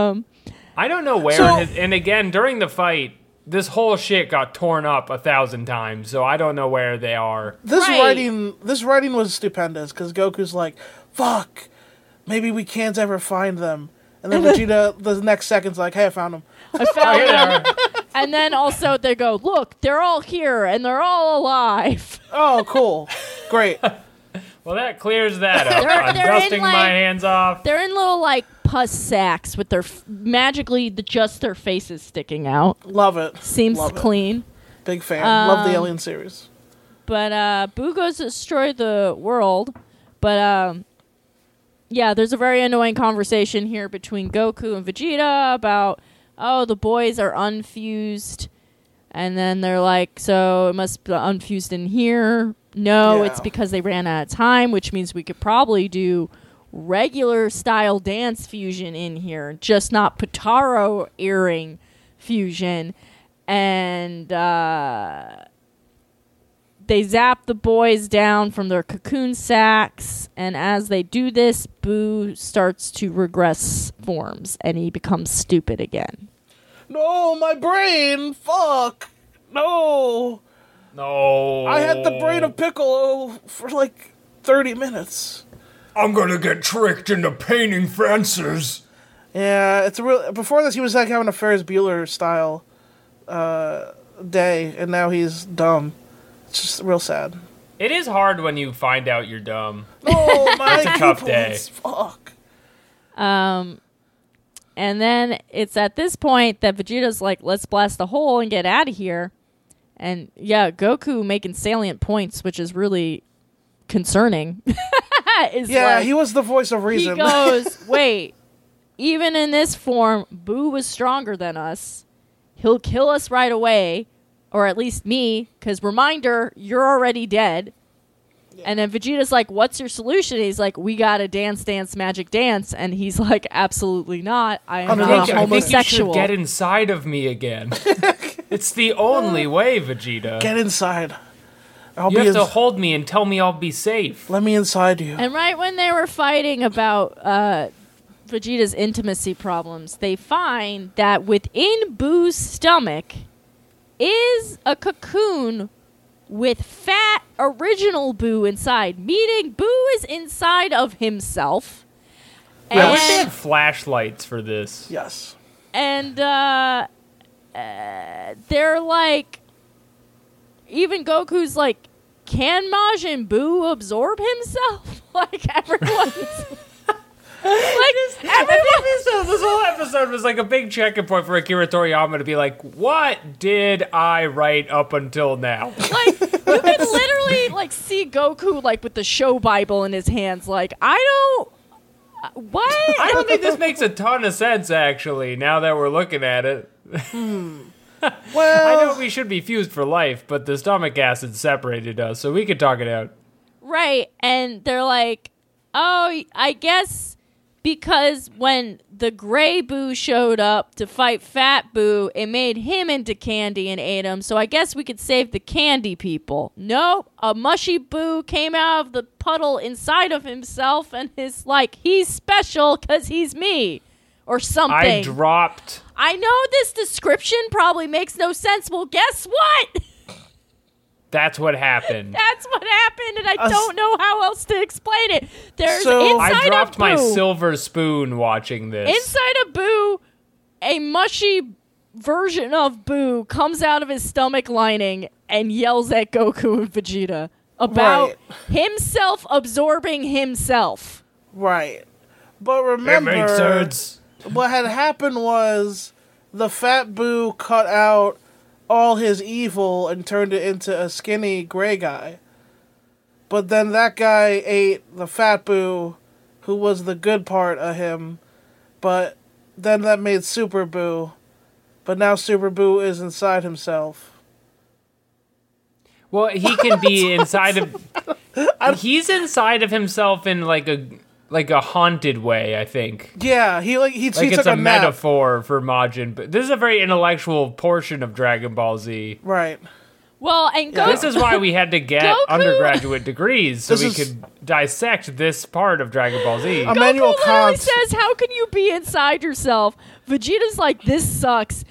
B: I don't know where.
D: So-
B: his, and again, during the fight, this whole shit got torn up a thousand times, so I don't know where they are.
D: this
C: right.
D: writing, this writing was stupendous because Goku's like, "Fuck, maybe we can't ever find them." And then Vegeta, the next second's like, "Hey, I found them."
C: I found them. And then also they go, Look, they're all here and they're all alive.
D: Oh, cool, great.
B: Well, that clears that up.
C: They're-
B: I'm
C: they're
B: dusting
C: in,
B: my
C: like-
B: hands off.
C: They're in little, like, pus sacks with their f- magically the, just their faces sticking out.
D: Love it.
C: Seems
D: Love it.
C: clean. Um,
D: Big fan. Love the Alien series.
C: But uh, Boo goes to destroy the world. But um, yeah, there's a very annoying conversation here between Goku and Vegeta about oh the boys are unfused, and then they're like, so it must be unfused in here. No,
D: Yeah.
C: it's because they ran out of time, which means we could probably do regular style dance fusion in here, just not Pitaro earring fusion. And uh, they zap the boys down from their cocoon sacks. And as they do this, Boo starts to regress forms and he becomes stupid again.
D: No, my brain. Fuck. No.
B: No.
D: I had the brain
B: Oh.
D: of Piccolo for like 30 minutes.
E: I'm gonna get tricked into painting fences.
D: Yeah, it's a real. Before this, he was like having a Ferris Bueller style uh, day, and now he's dumb. It's just real sad.
B: It is hard when you find out you're dumb.
D: Oh my
B: a tough day.
D: pupils, Fuck.
C: Um, And then it's at this point that Vegeta's like, let's blast a hole and get out of here. And yeah, Goku making salient points, which is really concerning. Is
D: Yeah,
C: like-
D: he was the voice of
C: he
D: reason.
C: goes, wait, even in this form, Boo was stronger than us. He'll kill us right away, or at least me, because reminder, you're already dead. And then Vegeta's like, what's your solution? he's like, we got to dance, dance, magic dance. And he's like, absolutely not. I am
D: I'm
C: not
D: not
B: I think you should
C: homosexual.
B: get inside of me again. it's the only way, Vegeta.
D: Get inside. I'll
B: you
D: be.
B: have to
D: Ins-
B: hold me and tell me I'll be safe.
D: let me inside you.
C: And right when they were fighting about uh, Vegeta's intimacy problems, they find that within Boo's stomach is a cocoon with fat original Boo inside, meaning Boo is inside of himself.
B: I wish they
C: And-
B: had flashlights for this.
D: Yes.
C: and uh, uh, they're like, even Goku's like, can Majin Buu absorb himself? like everyone's like everyone.
B: This, this whole episode was like a big checking point for Akira Toriyama to be like, what did I write up until now?
C: Like you can literally like see Goku like with the show Bible in his hands. Like I don't. uh, What?
B: I don't think this makes a ton of sense, actually, now that we're looking at it. I
D: Well,
B: know we should be fused for life, but the stomach acid separated us, so we could talk it out.
C: Right. And they're like, oh, I guess because when the gray boo showed up to fight fat boo, it made him into candy and ate him. So I guess we could save the candy people. No, a mushy boo came out of the puddle inside of himself and is like, he's special because he's me. Or something.
B: I dropped.
C: I know this description probably makes no sense. Well, guess what?
B: That's what happened.
C: That's what happened, and I
D: s-
C: don't know how else to explain it. There's
D: So-
C: inside
B: I dropped
C: of
B: my
C: Boo,
B: silver spoon watching this.
C: inside of Boo, a mushy version of Boo comes out of his stomach lining and yells at Goku and Vegeta about himself absorbing himself.
D: right. But remember, what had happened was the fat boo cut out all his evil and turned it into a skinny gray guy. But then that guy ate the fat boo, who was the good part of him. But then that made Super Boo. But now Super Boo is inside himself.
B: Well, he can be inside of. He's inside of himself in like a like a haunted way. I think
D: Yeah, he like he, he
B: like
D: took
B: it's a,
D: a, nap.
B: metaphor for Majin. But this is a very intellectual portion of Dragon Ball Z.
D: Right.
C: Well, and
D: Yeah.
C: Goku
B: This is why we had to get
C: Goku.
B: undergraduate degrees so
D: This
B: we
D: is-
B: could dissect this part of Dragon Ball Z.
D: Immanuel
C: Goku literally
D: Kant.
C: says, "How can you be inside yourself?" Vegeta's like, "This sucks,"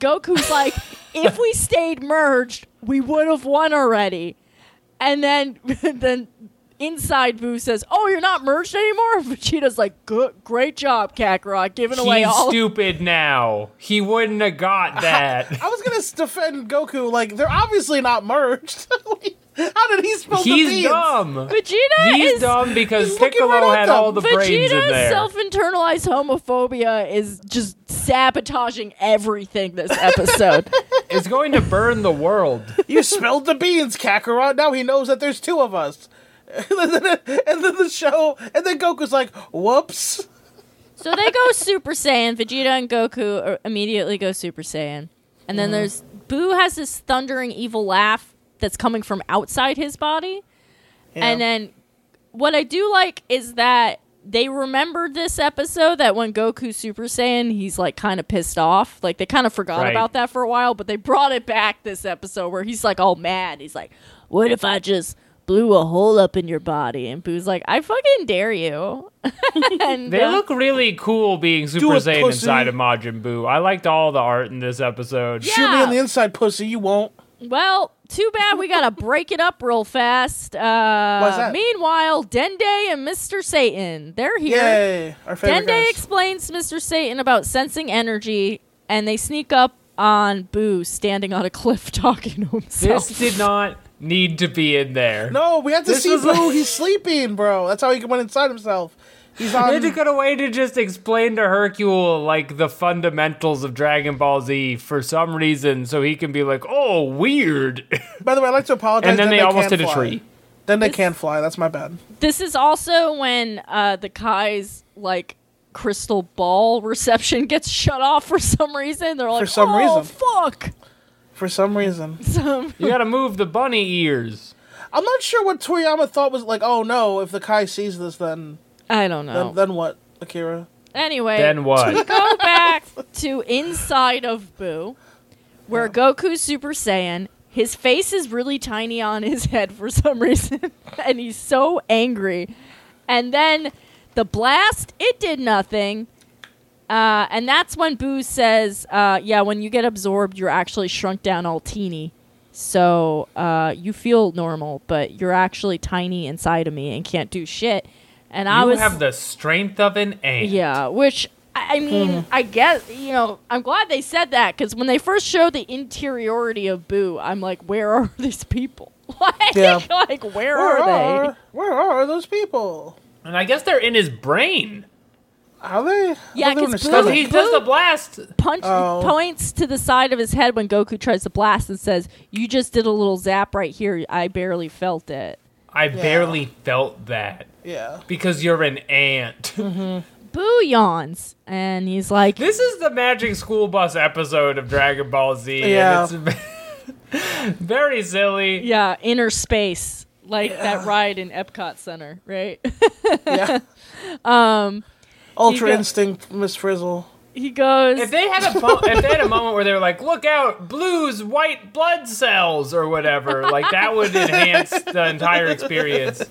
C: Goku's like, "If we stayed merged, we would have won already." And then, then inside Boo says, "Oh, you're not merged anymore." Vegeta's like, "Good, great job, Kakarot, giving away
B: He's
C: all."
B: stupid now. He wouldn't have got that.
D: I was gonna s- defend Goku. Like they're obviously not merged. How did he spill the beans?
B: He's dumb.
C: Vegeta
B: He's
C: is
B: dumb because
D: looking
B: Piccolo
D: right at
B: had
D: them.
B: all the brains in
C: Vegeta's
B: there.
C: self-internalized homophobia is just sabotaging everything this episode.
B: it's going to burn the world.
D: You spilled the beans, Kakarot. Now he knows that there's two of us. and then the show, and then Goku's like, "Whoops!"
C: So they go Super Saiyan. Vegeta and Goku are- immediately go Super Saiyan. And then there's Boo has this thundering evil laugh that's coming from outside his body. And then what I do like is that they remembered this episode that when Goku Super Saiyan, he's like kind of pissed off. Like they kind of forgot
B: Right.
C: about that for a while, but they brought it back this episode where he's like all mad. He's like, "What if I just blew a hole up in your body?" And Boo's like, "I fucking dare you." and
B: They
C: uh,
B: look really cool being Super
D: it,
B: Saiyan
D: pussy.
B: inside of Majin Buu. I liked all the art in this episode.
C: Yeah.
D: Shoot me on the inside, pussy. You won't.
C: Well, too bad we gotta break it up real fast. Uh,
D: Why's that?
C: Meanwhile, Dende and Mr. Satan, they're here.
D: Yay! Our favorite
C: Dende
D: guys.
C: explains to Mr. Satan about sensing energy, and they sneak up on Boo standing on a cliff talking to himself.
B: This did not need to be in there.
D: no, we have to
B: This
D: see
B: was
D: Boo.
B: like-
D: He's sleeping, bro. That's how he went inside himself. He's on.
B: They had to go away to just explain to Hercule like the fundamentals of Dragon Ball Z for some reason, so he can be like, "Oh, weird,"
D: By the way, I'd like to apologize.
B: and then they, almost
D: can't
B: hit a
D: fly.
B: tree.
D: Then they can't fly. That's my bad.
C: This is also when uh, the Kai's like crystal ball reception gets shut off for some reason. They're like,
D: some
C: "Oh,
D: reason."
C: fuck.
D: For some reason,
C: So,
B: You gotta move the bunny ears.
D: I'm not sure what Toriyama thought was like. Oh no, if the Kai sees this, then
C: I don't
D: then,
B: Oh.
C: know.
D: then what, Akira?
C: anyway,
B: Then what?
C: go back to inside of Boo, where Goku's Super Saiyan. His face is really tiny on his head for some reason, and he's so angry. And then the blast, it did nothing. Uh, and that's when Boo says, uh, "Yeah, when you get absorbed, you're actually shrunk down all teeny. So uh, you feel normal, but you're actually tiny inside of me and can't do shit." And I
B: you
C: was
B: have the strength of an ant.
C: yeah, which I I mean, I guess you know. I'm glad they said that because when they first show the interiority of Boo, I'm like, where are these people? like,
D: Yeah.
C: like where,
D: Where
C: are, they?
D: Where are those people?
B: and I guess they're in his brain.
D: Are they?
C: Yeah,
D: I thought they were in
C: 'cause
D: his
C: Blue-
B: Because
D: stomach.
B: he does the blast.
C: Punch
D: Oh.
C: points to the side of his head when Goku tries to blast and says, "You just did a little zap right here. I barely felt it."
B: I barely felt that
D: Yeah.
B: because you're an ant.
C: Boo yawns and he's like,
B: This is the Magic School Bus episode of Dragon Ball Z.
D: Yeah.
B: And it's very silly.
C: "Yeah, inner space." Like that ride in Epcot Center, right?
D: Yeah. um. Ultra
C: he Um, go-
D: Instinct, Miss Frizzle.
C: he goes.
B: If they had a mo- if they had a moment where they were like, "Look out, blues, white blood cells," or whatever, like that would enhance the entire experience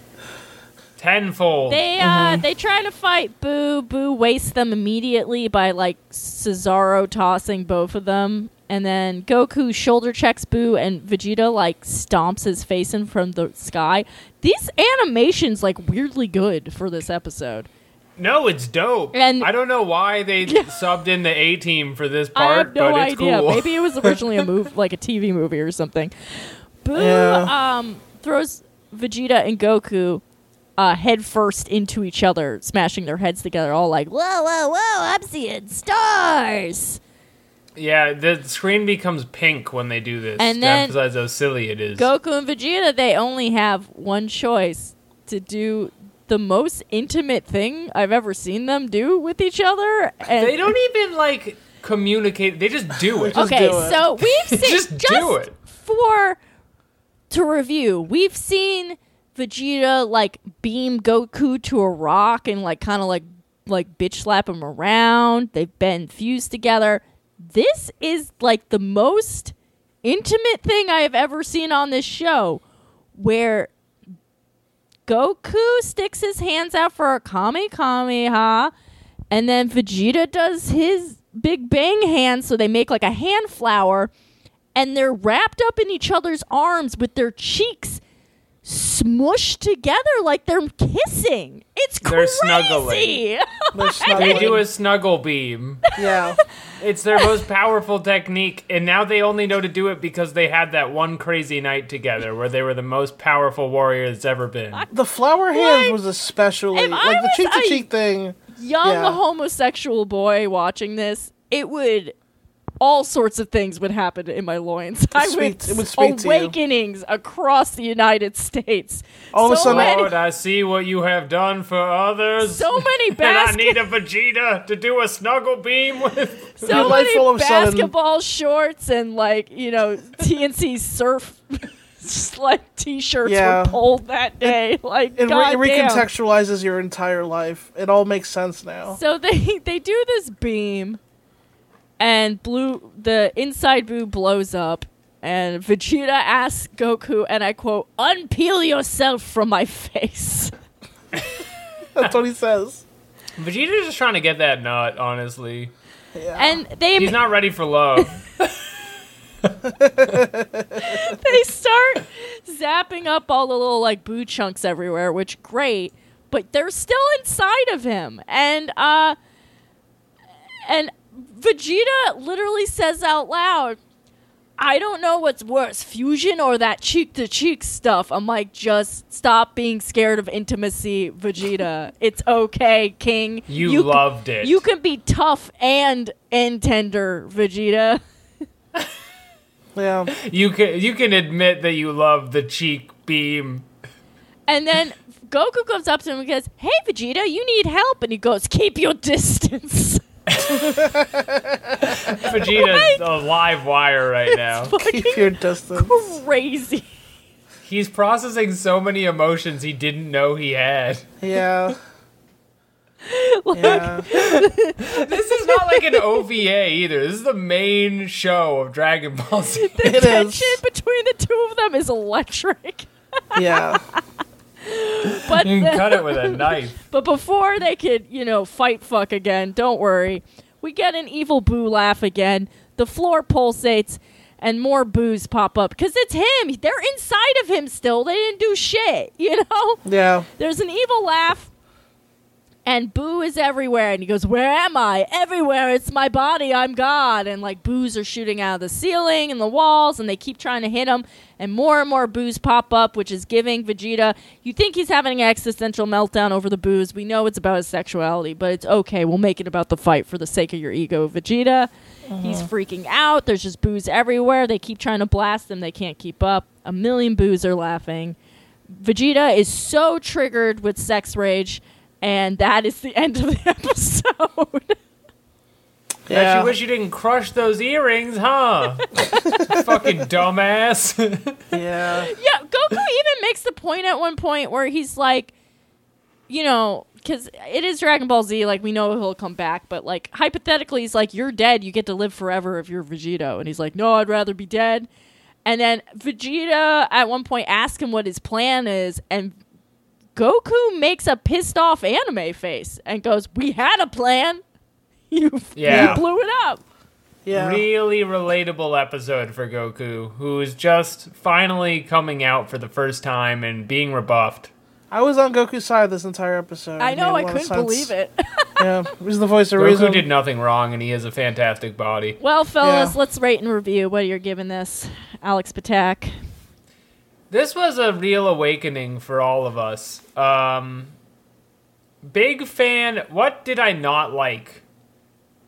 B: tenfold.
C: They uh, they try to fight Boo. Boo wastes them immediately by like Cesaro tossing both of them, and then Goku shoulder checks Boo, and Vegeta like stomps his face in from the sky. These animations like weirdly good for this episode.
B: no, it's dope.
C: And-
B: I don't know why they subbed in the A team for this part,
C: I have no
B: but it's
C: idea.
B: cool.
C: Maybe it was originally a move like a TV movie or something. Boo
D: Yeah.
C: um, throws Vegeta and Goku uh, head first into each other, smashing their heads together, all like whoa, whoa, whoa! I'm seeing stars.
B: yeah, the screen becomes pink when they do this
C: And
B: to
C: then-
B: emphasize how silly it is.
C: Goku and Vegeta they only have one choice to do the most intimate thing I've ever seen them do with each other. And
B: They don't even like communicate. They just do it.
C: okay,
D: do it.
C: so we've seen
B: Just do it.
C: for to review, we've seen Vegeta like beam Goku to a rock and like kind of like like bitch slap him around. They've been fused together. This is like the most intimate thing I have ever seen on this show where Goku sticks his hands out for a kami kami ha and then Vegeta does his big bang hand so they make like a hand flower and they're wrapped up in each other's arms with their cheeks smushed together like they're kissing. It's
B: They're
C: crazy.
B: snuggling.
D: They're
B: They do
D: snuggling.
B: a snuggle beam.
D: Yeah.
B: It's their most powerful technique, and now they only know to do it because they had that one crazy night together where they were the most powerful warrior that's ever been.
D: The flower hands was especially
C: If I
D: like the
C: was
D: cheek to
C: a-
D: cheek thing.
C: Young
D: Yeah.
C: homosexual boy watching this, it would all sorts of things would happen in my loins. I
D: Sweet-
C: would,
D: it would speak to you.
C: awakenings across the United States.
D: All of a
C: so
D: sudden-
C: many,
B: Lord, I see what you have done for others.
C: so many
B: and I
C: basketball
B: need a Vegeta to do a snuggle beam with.
C: so
D: life
C: many
D: all of a sudden-
C: basketball shorts and like you know TNC surf Just like t-shirts
D: Yeah.
C: were pulled that day. like
D: It re-
C: goddamn.
D: recontextualizes your entire life. It all makes sense now.
C: So they they do this beam, and blue the inside blue blows up, and Vegeta asks Goku, and I quote, "Unpeel yourself from my face."
D: That's what he says.
B: Vegeta's just trying to get that nut, honestly.
C: And they
B: He's not ready for love.
C: they start zapping up all the little like boo chunks everywhere, which great, but they're still inside of him. And uh and Vegeta literally says out loud, I don't know what's worse, fusion or that cheek to cheek stuff. I'm like, just stop being scared of intimacy, Vegeta. It's okay, King.
B: You,
C: c-
B: loved it.
C: You can be tough and and tender, Vegeta.
D: Yeah.
B: you can you can admit that you love the cheek beam.
C: And then Goku comes up to him and goes, Hey, Vegeta, you need help. And he goes, Keep your distance.
B: Vegeta's a live wire right now.
D: Keep your distance.
C: Crazy.
B: He's processing so many emotions he didn't know he had.
D: Yeah. yeah.
B: This is not like an OVA either. This is the main show of Dragon Ball Z.
D: It is.
C: Tension between the two of them is electric.
D: Yeah.
C: But,
B: You
C: then-
B: can cut it with a knife.
C: but before they could, you know, fight fuck again, don't worry. We get an evil boo laugh again. The floor pulsates and more boos pop up because it's him. They're inside of him still. They didn't do shit, you know?
D: Yeah.
C: There's an evil laugh, and Boo is everywhere. And he goes, Where am I? Everywhere. It's my body. I'm God. And like boos are shooting out of the ceiling and the walls, and they keep trying to hit him. And more and more boos pop up, which is giving Vegeta. You think he's having an existential meltdown over the boos. We know it's about his sexuality, but it's okay. We'll make it about the fight for the sake of your ego, Vegeta. He's freaking out. There's just boos everywhere. They keep trying to blast him. They can't keep up. A million boos are laughing. Vegeta is so triggered with sex rage, and that is the end of the episode.
B: Bet
D: Yeah.
B: you wish you didn't crush those earrings, huh? Fucking dumbass.
D: yeah.
C: yeah, Goku even makes the point at one point where he's like, you know, because it is Dragon Ball Z, like, we know he'll come back, but, like, hypothetically, he's like, you're dead, you get to live forever if you're Vegito. And he's like, no, I'd rather be dead. And then Vegeta at one point asks him what his plan is, and Goku makes a pissed off anime face and goes, We had a plan. You,
B: Yeah.
C: you blew it up.
D: Yeah.
B: Really relatable episode for Goku, who is just finally coming out for the first time and being rebuffed.
D: I was on Goku's side this entire episode.
C: I
D: It
C: know, I
D: made a lot of
C: couldn't
D: sense.
C: believe it.
D: Yeah. He was the voice of reason.
B: Goku did nothing wrong, and he has a fantastic body.
C: Well, fellas,
D: Yeah.
C: let's rate and review what you're giving this, Alex Patak.
B: This was a real awakening for all of us. Um, big fan. What did I not like?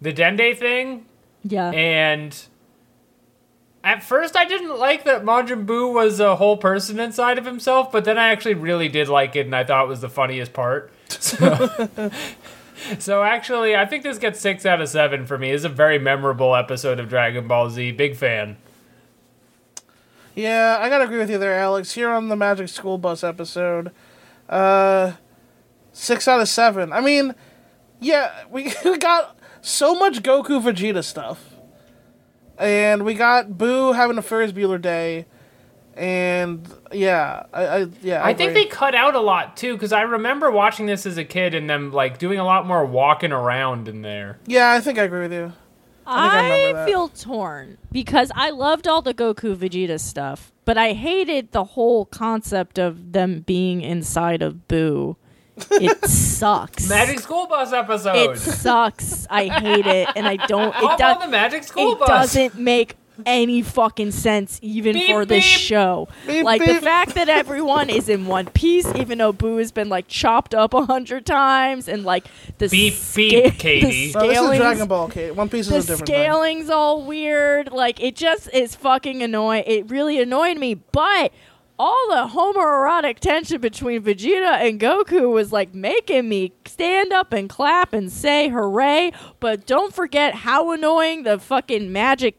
B: The Dende thing,
C: Yeah.
B: and at first I didn't like that Majin Buu was a whole person inside of himself, but then I actually really did like it, and I thought it was the funniest part. So, so actually, I think this gets six out of seven for me. It's a very memorable episode of Dragon Ball Z. Big fan.
D: Yeah, I gotta agree with you there, Alex. Here on the Magic School Bus episode, uh, six out of seven. I mean, yeah, we, we got so much Goku Vegeta stuff, and we got Boo having a Ferris Bueller day, and yeah, I, I yeah, I,
B: I think they cut out a lot too, because I remember watching this as a kid and them like doing a lot more walking around in there.
D: they. Yeah, I think I agree with you. think I
C: I
D: remember that.
C: feel torn because I loved all the Goku Vegeta stuff, but I hated the whole concept of them being inside of Boo. It sucks.
B: Magic School Bus episode.
C: it sucks. I hate it, and I don't. It,
B: Hop
C: does,
B: on the Magic School
C: it
B: Bus.
C: doesn't make any fucking sense even
B: Beep,
C: for this
B: beep.
C: show.
D: Beep,
C: like the
D: beep.
C: fact that everyone is in one piece, even though Boo has been like chopped up a hundred times, and like the
B: Beep,
C: sca-
B: beep,
C: the
B: Katie.
D: No, Oh, this is
C: scalings-
D: Dragon Ball. Okay, One Piece is
C: the
D: a different thing.
C: scaling's all weird. Like it just is fucking annoying. It really annoyed me. But all the homoerotic tension between Vegeta and Goku was like making me stand up and clap and say hooray. But don't forget how annoying the fucking magic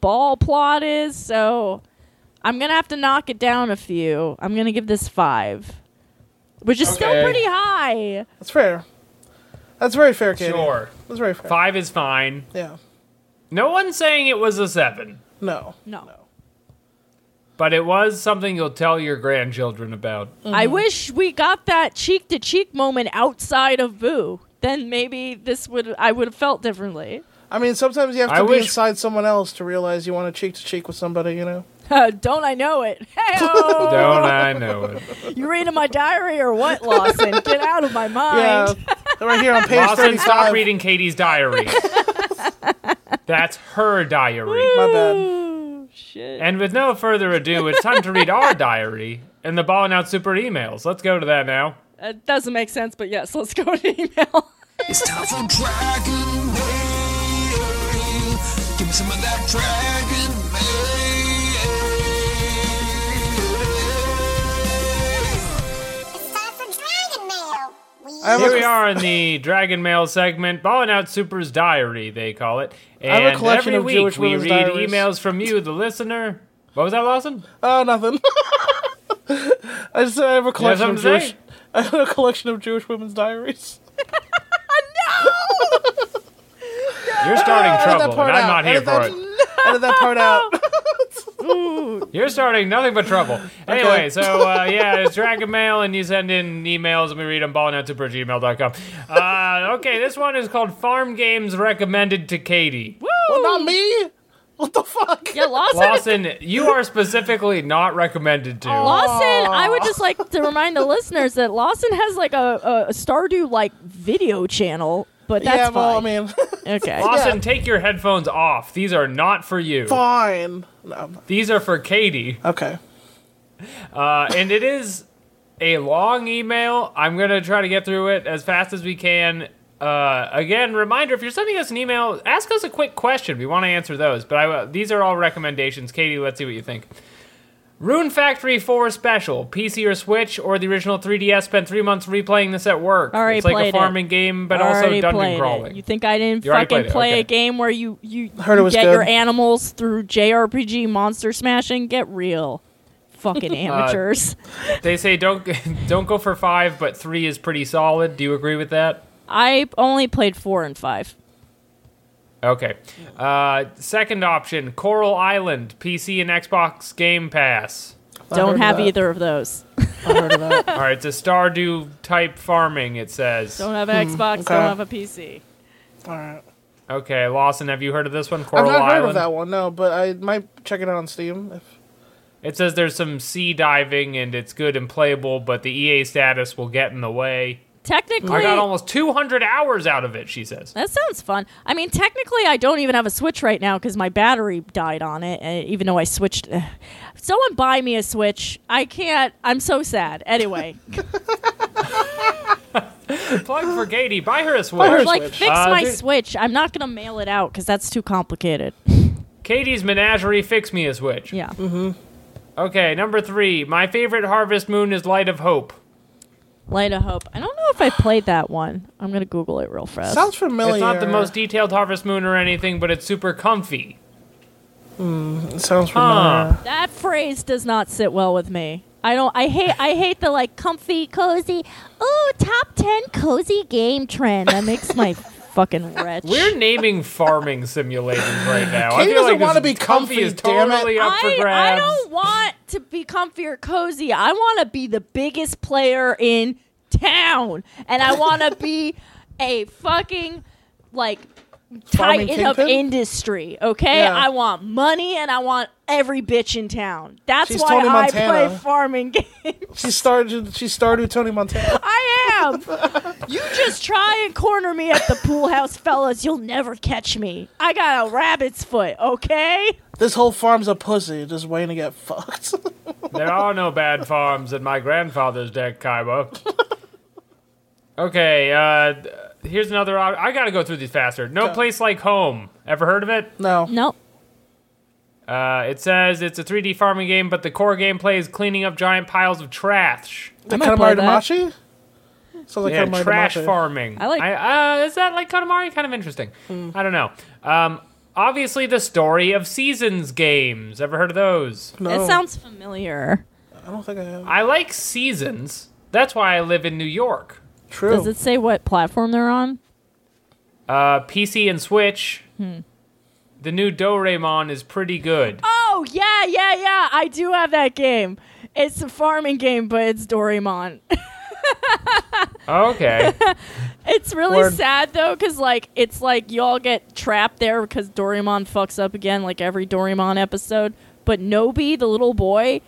C: ball plot is. So I'm gonna have to knock it down a few. I'm gonna give this five, which is still
B: Okay.
C: pretty high.
D: That's fair. That's very fair, Katie.
B: Sure.
D: That's very fair.
B: Five is fine.
D: Yeah.
B: No one's saying it was a seven,
D: No.
C: No.
B: but it was something you'll tell your grandchildren about.
C: I
D: Mm-hmm.
C: wish we got that cheek to cheek moment outside of Boo. Then maybe this would I would have felt differently.
D: I mean, sometimes you have to
B: I
D: be
B: wish-
D: inside someone else to realize you want to cheek to cheek with somebody, you know?
C: Uh, Don't I know it? Hey,
B: Don't I know it?
C: you reading my diary or what, Lawson? Get out of my mind.
D: Yeah. right here on page
B: Lawson,
D: 35.
B: stop reading Katie's diary. That's her diary.
D: My bad.
C: Ooh, shit.
B: And with no further ado, it's time to read our diary and the Ballin' Out Super emails. Let's go to that now.
C: It doesn't make sense, but yes, let's go to email.
A: It's time for Dragon Mail. Give me some of that Dragon Mail.
F: It's time for Dragon Mail. We
D: I have
B: Here
D: a,
B: we are in the Dragon Mail segment, Ballin' Out Super's Diary, they call it.
D: have
B: And
D: a collection
B: every
D: of
B: week
D: Jewish
B: we
D: women's
B: read
D: diaries.
B: emails from you, the listener. What was that, Lawson?
D: uh, nothing. I just said I
B: You
D: have a
B: have something
D: collection
B: to
D: of Jewish.
B: say?
D: I have a collection of Jewish women's diaries.
B: You're starting
D: Ah, that
B: trouble,
D: part
B: and I'm
D: out.
B: not here
D: Edit
B: for
D: that,
B: it.
D: edit that part out.
B: You're starting nothing but trouble. Anyway, so uh, yeah, it's Dragon Mail, and you send in emails, and we read them ballingoutsuper@gmail.com. Uh, okay, this one is called Farm Games Recommended to Katie.
D: well, not me. What the fuck?
C: yeah, Lawson.
B: Lawson, you are specifically not recommended to.
D: Oh,
C: Lawson, I would just like to remind the listeners that Lawson has like a, a Stardew like video channel, but that's
D: yeah, well,
C: fine.
D: I mean,
C: okay.
B: Lawson, take your headphones off. These are not for you.
D: fine. No, I'm not.
B: These are for Katie.
D: Okay.
B: Uh, and it is a long email. I'm going to try to get through it as fast as we can. Uh, again, reminder if you're sending us an email, ask us a quick question. We want to answer those. But I, uh, these are all recommendations. Katie, let's see what you think. Rune Factory 4 Special, PC or Switch, or the original 3DS. Spent three months replaying this at work.
C: Already
B: it's like a
C: played it.
B: farming game, but also
C: Already played
B: dungeon
C: it.
B: crawling.
C: You think I didn't
B: You already played
C: fucking
B: it,
C: play
B: okay.
C: a game where you you,
D: Heard it
C: you
D: was
C: get your
D: good.
C: animals through JRPG monster smashing? Get real, fucking amateurs.
B: They say don't don't go for five, but three is pretty solid. Do you agree with that?
C: I only played four and five.
B: Okay. Uh, second option: Coral Island, PC and Xbox Game Pass.
C: Don't
D: heard
C: have
D: that.
C: either of those.
D: I heard of that.
B: All right, it's a Stardew type farming. It says.
C: Don't have an Xbox.
D: Hmm, okay.
C: Don't have a PC.
D: All right.
B: Okay, Lawson, have you heard of this one?
D: I've
B: Coral
D: not heard
B: Island.
D: of that one. No, but I might check it out on Steam. If
B: It says there's some sea diving and it's good and playable, but the EA status will get in the way. I
C: Technically,
B: got almost 200 hours out of it. She says.
C: That sounds fun. I mean, technically, I don't even have a Switch right now because my battery died on it, and even though I switched. eh. Someone buy me a Switch. I can't. I'm so sad. Anyway,
B: Plug for Katie. Buy her a Switch.
D: her a
C: like,
D: Switch.
C: fix
B: Uh,
C: my
B: dude.
C: Switch. I'm not going to mail it out because that's too complicated.
B: Katie's Menagerie. Fix me a Switch.
C: Yeah.
B: Okay, number three. My favorite Harvest Moon is Light of Hope.
C: Light of Hope. I don't know if I played that one. I'm going to Google it real fast.
D: sounds familiar.
B: It's not the most detailed Harvest Moon or anything, but it's super comfy.
D: It sounds familiar.
B: Huh.
C: that phrase does not sit well with me. I don't. I hate. I hate the like comfy, cozy. Ooh, top ten cozy game trend. That makes my fucking wretch.
B: We're naming farming simulators right now. I
D: Katie
B: feel
D: doesn't
B: like this
D: wanna be
B: is comfy
D: comfy,
B: is
D: damn it.
B: totally up
C: I,
B: for
C: I
B: grabs.
C: don't want to be comfy or cozy. I want to be the biggest player in town, and I want to be a fucking like
D: Farming
C: titan of
D: kingpin?
C: industry. Okay,
D: Yeah.
C: I want money, and I want every bitch in town. That's
D: She's
C: why
D: Tony
C: I
D: Montana.
C: play farming games.
D: She started. She started Tony Montana.
C: I am. you just try and corner me at the pool house, fellas. You'll never catch me. I got a rabbit's foot. Okay.
D: This whole farm's a pussy, just waiting to get fucked.
B: There are no bad farms in my grandfather's deck, Kaiba. okay, uh, th- here's another. op- I gotta go through these faster. No place like home. Ever heard of it?
D: no.
C: Nope.
B: Uh, it says it's a 3D farming game, but the core gameplay is cleaning up giant piles of trash.
D: The
C: might play
D: Katamari
C: that.
D: Damacy? Sounds like
B: Yeah,
D: Katamari
B: trash
D: Damacy.
B: farming.
C: I like-
D: Hmm.
B: uh, is that like Katamari? Kind of interesting. I don't know. Um, obviously the story of Seasons games. Ever heard of those?
D: No,
C: That sounds familiar.
D: I don't think I have.
B: I like Seasons. That's why I live in New York.
D: True.
C: Does it say what platform they're on?
B: Uh, PC and Switch.
D: Hmm.
B: The new Doraemon is pretty good.
C: Oh yeah, yeah, yeah. I do have that game. It's a farming game, but it's Doraemon.
B: Okay.
C: It's really
D: Word.
C: sad though, because like it's like y'all get trapped there because Doraemon fucks up again, like every Doraemon episode. But Nobi, the little boy,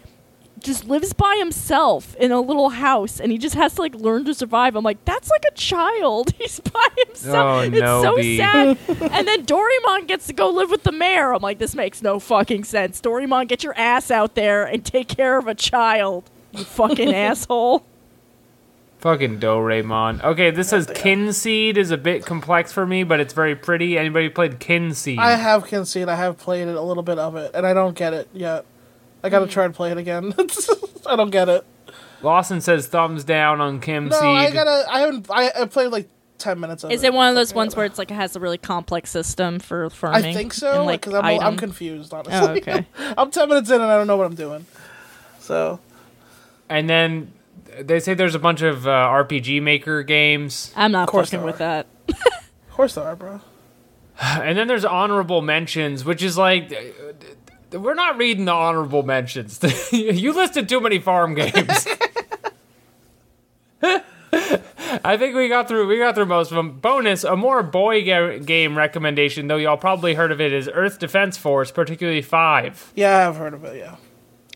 C: just lives by himself in a little house, and he just has to like learn to survive. I'm like, that's like a child. He's by himself.
B: Oh,
C: it's
B: Nobi.
C: so sad. and then Doraemon gets to go live with the mayor. I'm like, this makes no fucking sense. Doraemon, get your ass out there and take care of a child. You fucking asshole.
B: Fucking Doraemon. Okay, this says Kinseed is a bit complex for me, but it's very pretty. Anybody played Kinseed?
D: I have conceded. I have played it a little bit of it, and I don't get it yet. I gotta
C: Mm.
D: try and play it again. I don't get it.
B: Lawson says thumbs down on Kimseed.
D: No, I gotta. I haven't. I, I played like ten minutes of
C: Is it one of those ones where it's like it has a really complex system for
D: I
C: farming? and,
D: think so.
C: like,
D: Because I'm, I'm
C: item?
D: confused. Honestly,
C: Oh, okay.
D: I'm ten minutes in and I don't know what I'm doing. So
B: And then they say there's a bunch of uh, RPG Maker games.
C: I'm not
D: Of course
C: fucking
D: there
C: with
D: are.
C: that.
D: of course there are, bro.
B: And then there's honorable mentions, which is like. uh, uh, We're not reading the honorable mentions. you listed too many farm games. I think we got through. We got through most of them. Bonus: a more boy ga- game recommendation, though y'all probably heard of it, is Earth Defense Force, particularly Five.
D: Yeah, I've heard of it. Yeah.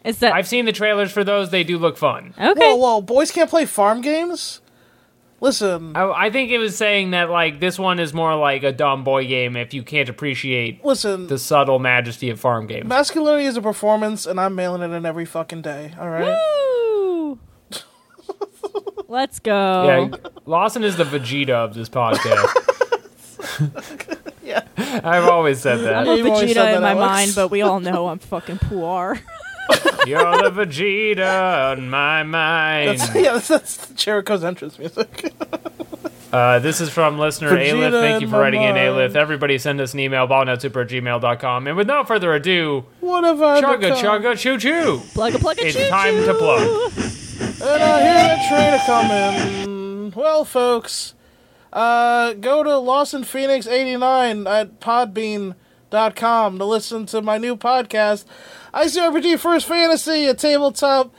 C: Is that
B: I've seen the trailers for those; they do look fun.
C: okay?
D: Whoa, whoa! Boys can't play farm games. Listen,
B: I, I think it was saying that like this one is more like a dumb boy game if you can't appreciate
D: listen.
B: the subtle majesty of farm games.
D: Masculinity is a performance, and I'm mailing it in every fucking day. All right.
C: Woo! Let's go.
B: Yeah, Lawson is the Vegeta of this podcast.
D: Yeah.
B: I've always said
C: I'm
B: that.
C: a
D: You've always
C: Vegeta
D: said that,
C: in my
D: Alex.
C: mind, but we all know I'm fucking poor.
B: You're the Vegeta on my mind.
D: That's, yeah, that's, that's Jericho's entrance music.
B: Uh, this is from listener
D: Vegeta
B: Alith. Thank you
D: in
B: for
D: my
B: writing in,
D: mind.
B: Alith. Everybody send us an email, ballnetsuper@gmail.com. And with no further ado,
D: what have I
B: chugga
D: become?
B: chugga choo choo.
C: plug a plug a
B: It's
C: choo
B: time
C: choo.
B: to plug.
D: And I hear that train a coming. Well, folks, uh, go to Lawson Phoenix 89 at podbean.com to listen to my new podcast, ICRPG First Fantasy, a tabletop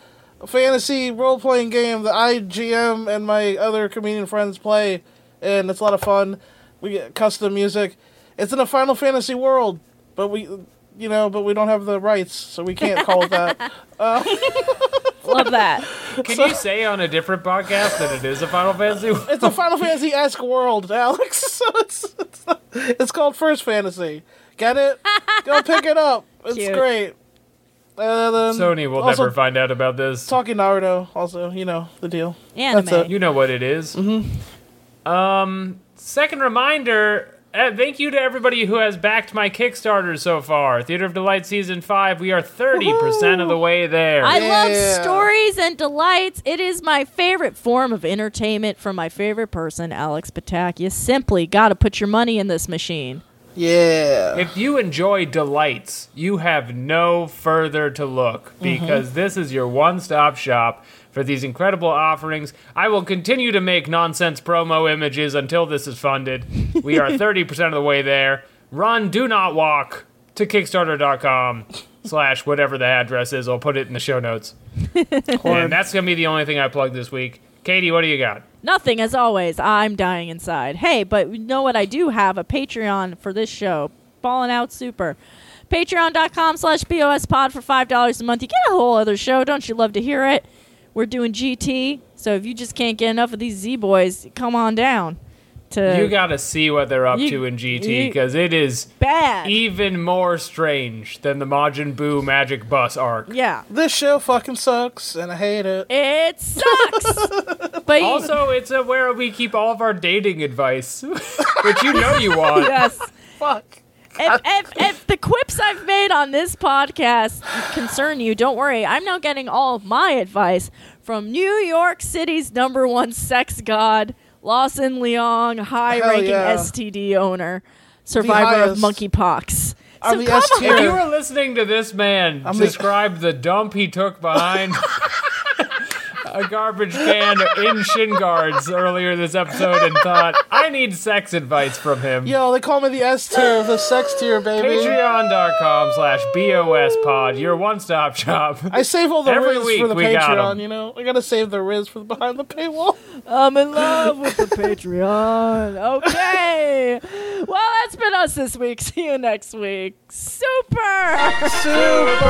D: fantasy role playing game that I GM and my other comedian friends play, and it's a lot of fun. We get custom music. It's in a Final Fantasy world, but we. You know, but we don't have the rights, so we can't call it that.
C: Love that.
B: Can you say on a different podcast that it is a Final Fantasy?
D: it's a Final Fantasy esque world, Alex. So it's, it's it's called First Fantasy. Get it? Go pick it up. It's
C: Cute.
D: great. Uh, then
B: Sony will
D: also
B: never find out about this.
D: talking Naruto. Also, you know the deal.
C: Anime.
D: That's
B: You know what it is. Um, second reminder. Uh, thank you to everybody who has backed my Kickstarter so far. Theater of Delight season five. We are thirty percent of the way there.
C: I
D: Yeah.
C: love stories and delights. It is my favorite form of entertainment from my favorite person, Alex Patak. You simply got to put your money in this machine.
D: Yeah.
B: if you enjoy delights, you have no further to look
C: Mm-hmm.
B: because this is your one-stop shop for these incredible offerings. I will continue to make nonsense promo images until this is funded. We are 30% of the way there. Run, do not walk to kickstarter.com slash whatever the address is. I'll put it in the show notes. and that's going to be the only thing I plug this week. Katie, what do you got?
C: Nothing, as always. I'm dying inside. Hey, but you know what? I do have a Patreon for this show, Falling Out Super. Patreon.com slash BOS pod for $5 a month. You get a whole other show. Don't you love to hear it? We're doing GT. So if you just can't get enough of these Z Boys, come on down to
B: You got to see what they're up
C: Uh, You-
B: to in GT
C: you-
B: because it is...
C: bad.
B: even more strange than the Majin Buu Magic Bus arc.
C: yeah.
D: This show fucking sucks, and I hate it.
C: It sucks. but you-
B: Also, it's a where we keep all of our dating advice, which you know you want.
C: yes.
D: Fuck.
C: if, if, if the quips I've made on this podcast concern you, don't worry. I'm now getting all of my advice from New York City's number one sex god, Lawson Leong, high ranking
D: yeah.
C: STD owner, survivor of
D: highest.
C: monkeypox.
D: I'm the
C: come
D: S
C: on.
D: tier.
B: If you were listening to this man
D: I'm the-
B: describe the dump he took behind a garbage can in shin guards earlier this episode and thought, I need sex advice from him.
D: Yo, they call me the S tier, the sex tier, baby.
B: Patreon.com slash BOS pod, your one stop shop.
D: I save all the
B: Every
D: Riz
B: week
D: for the
B: we got 'em.
D: Patreon, you know? I gotta save the Riz for the behind the paywall.
C: I'm in love with the Patreon. Okay. Well, that's been us this week. See you next week. Super.
D: Super!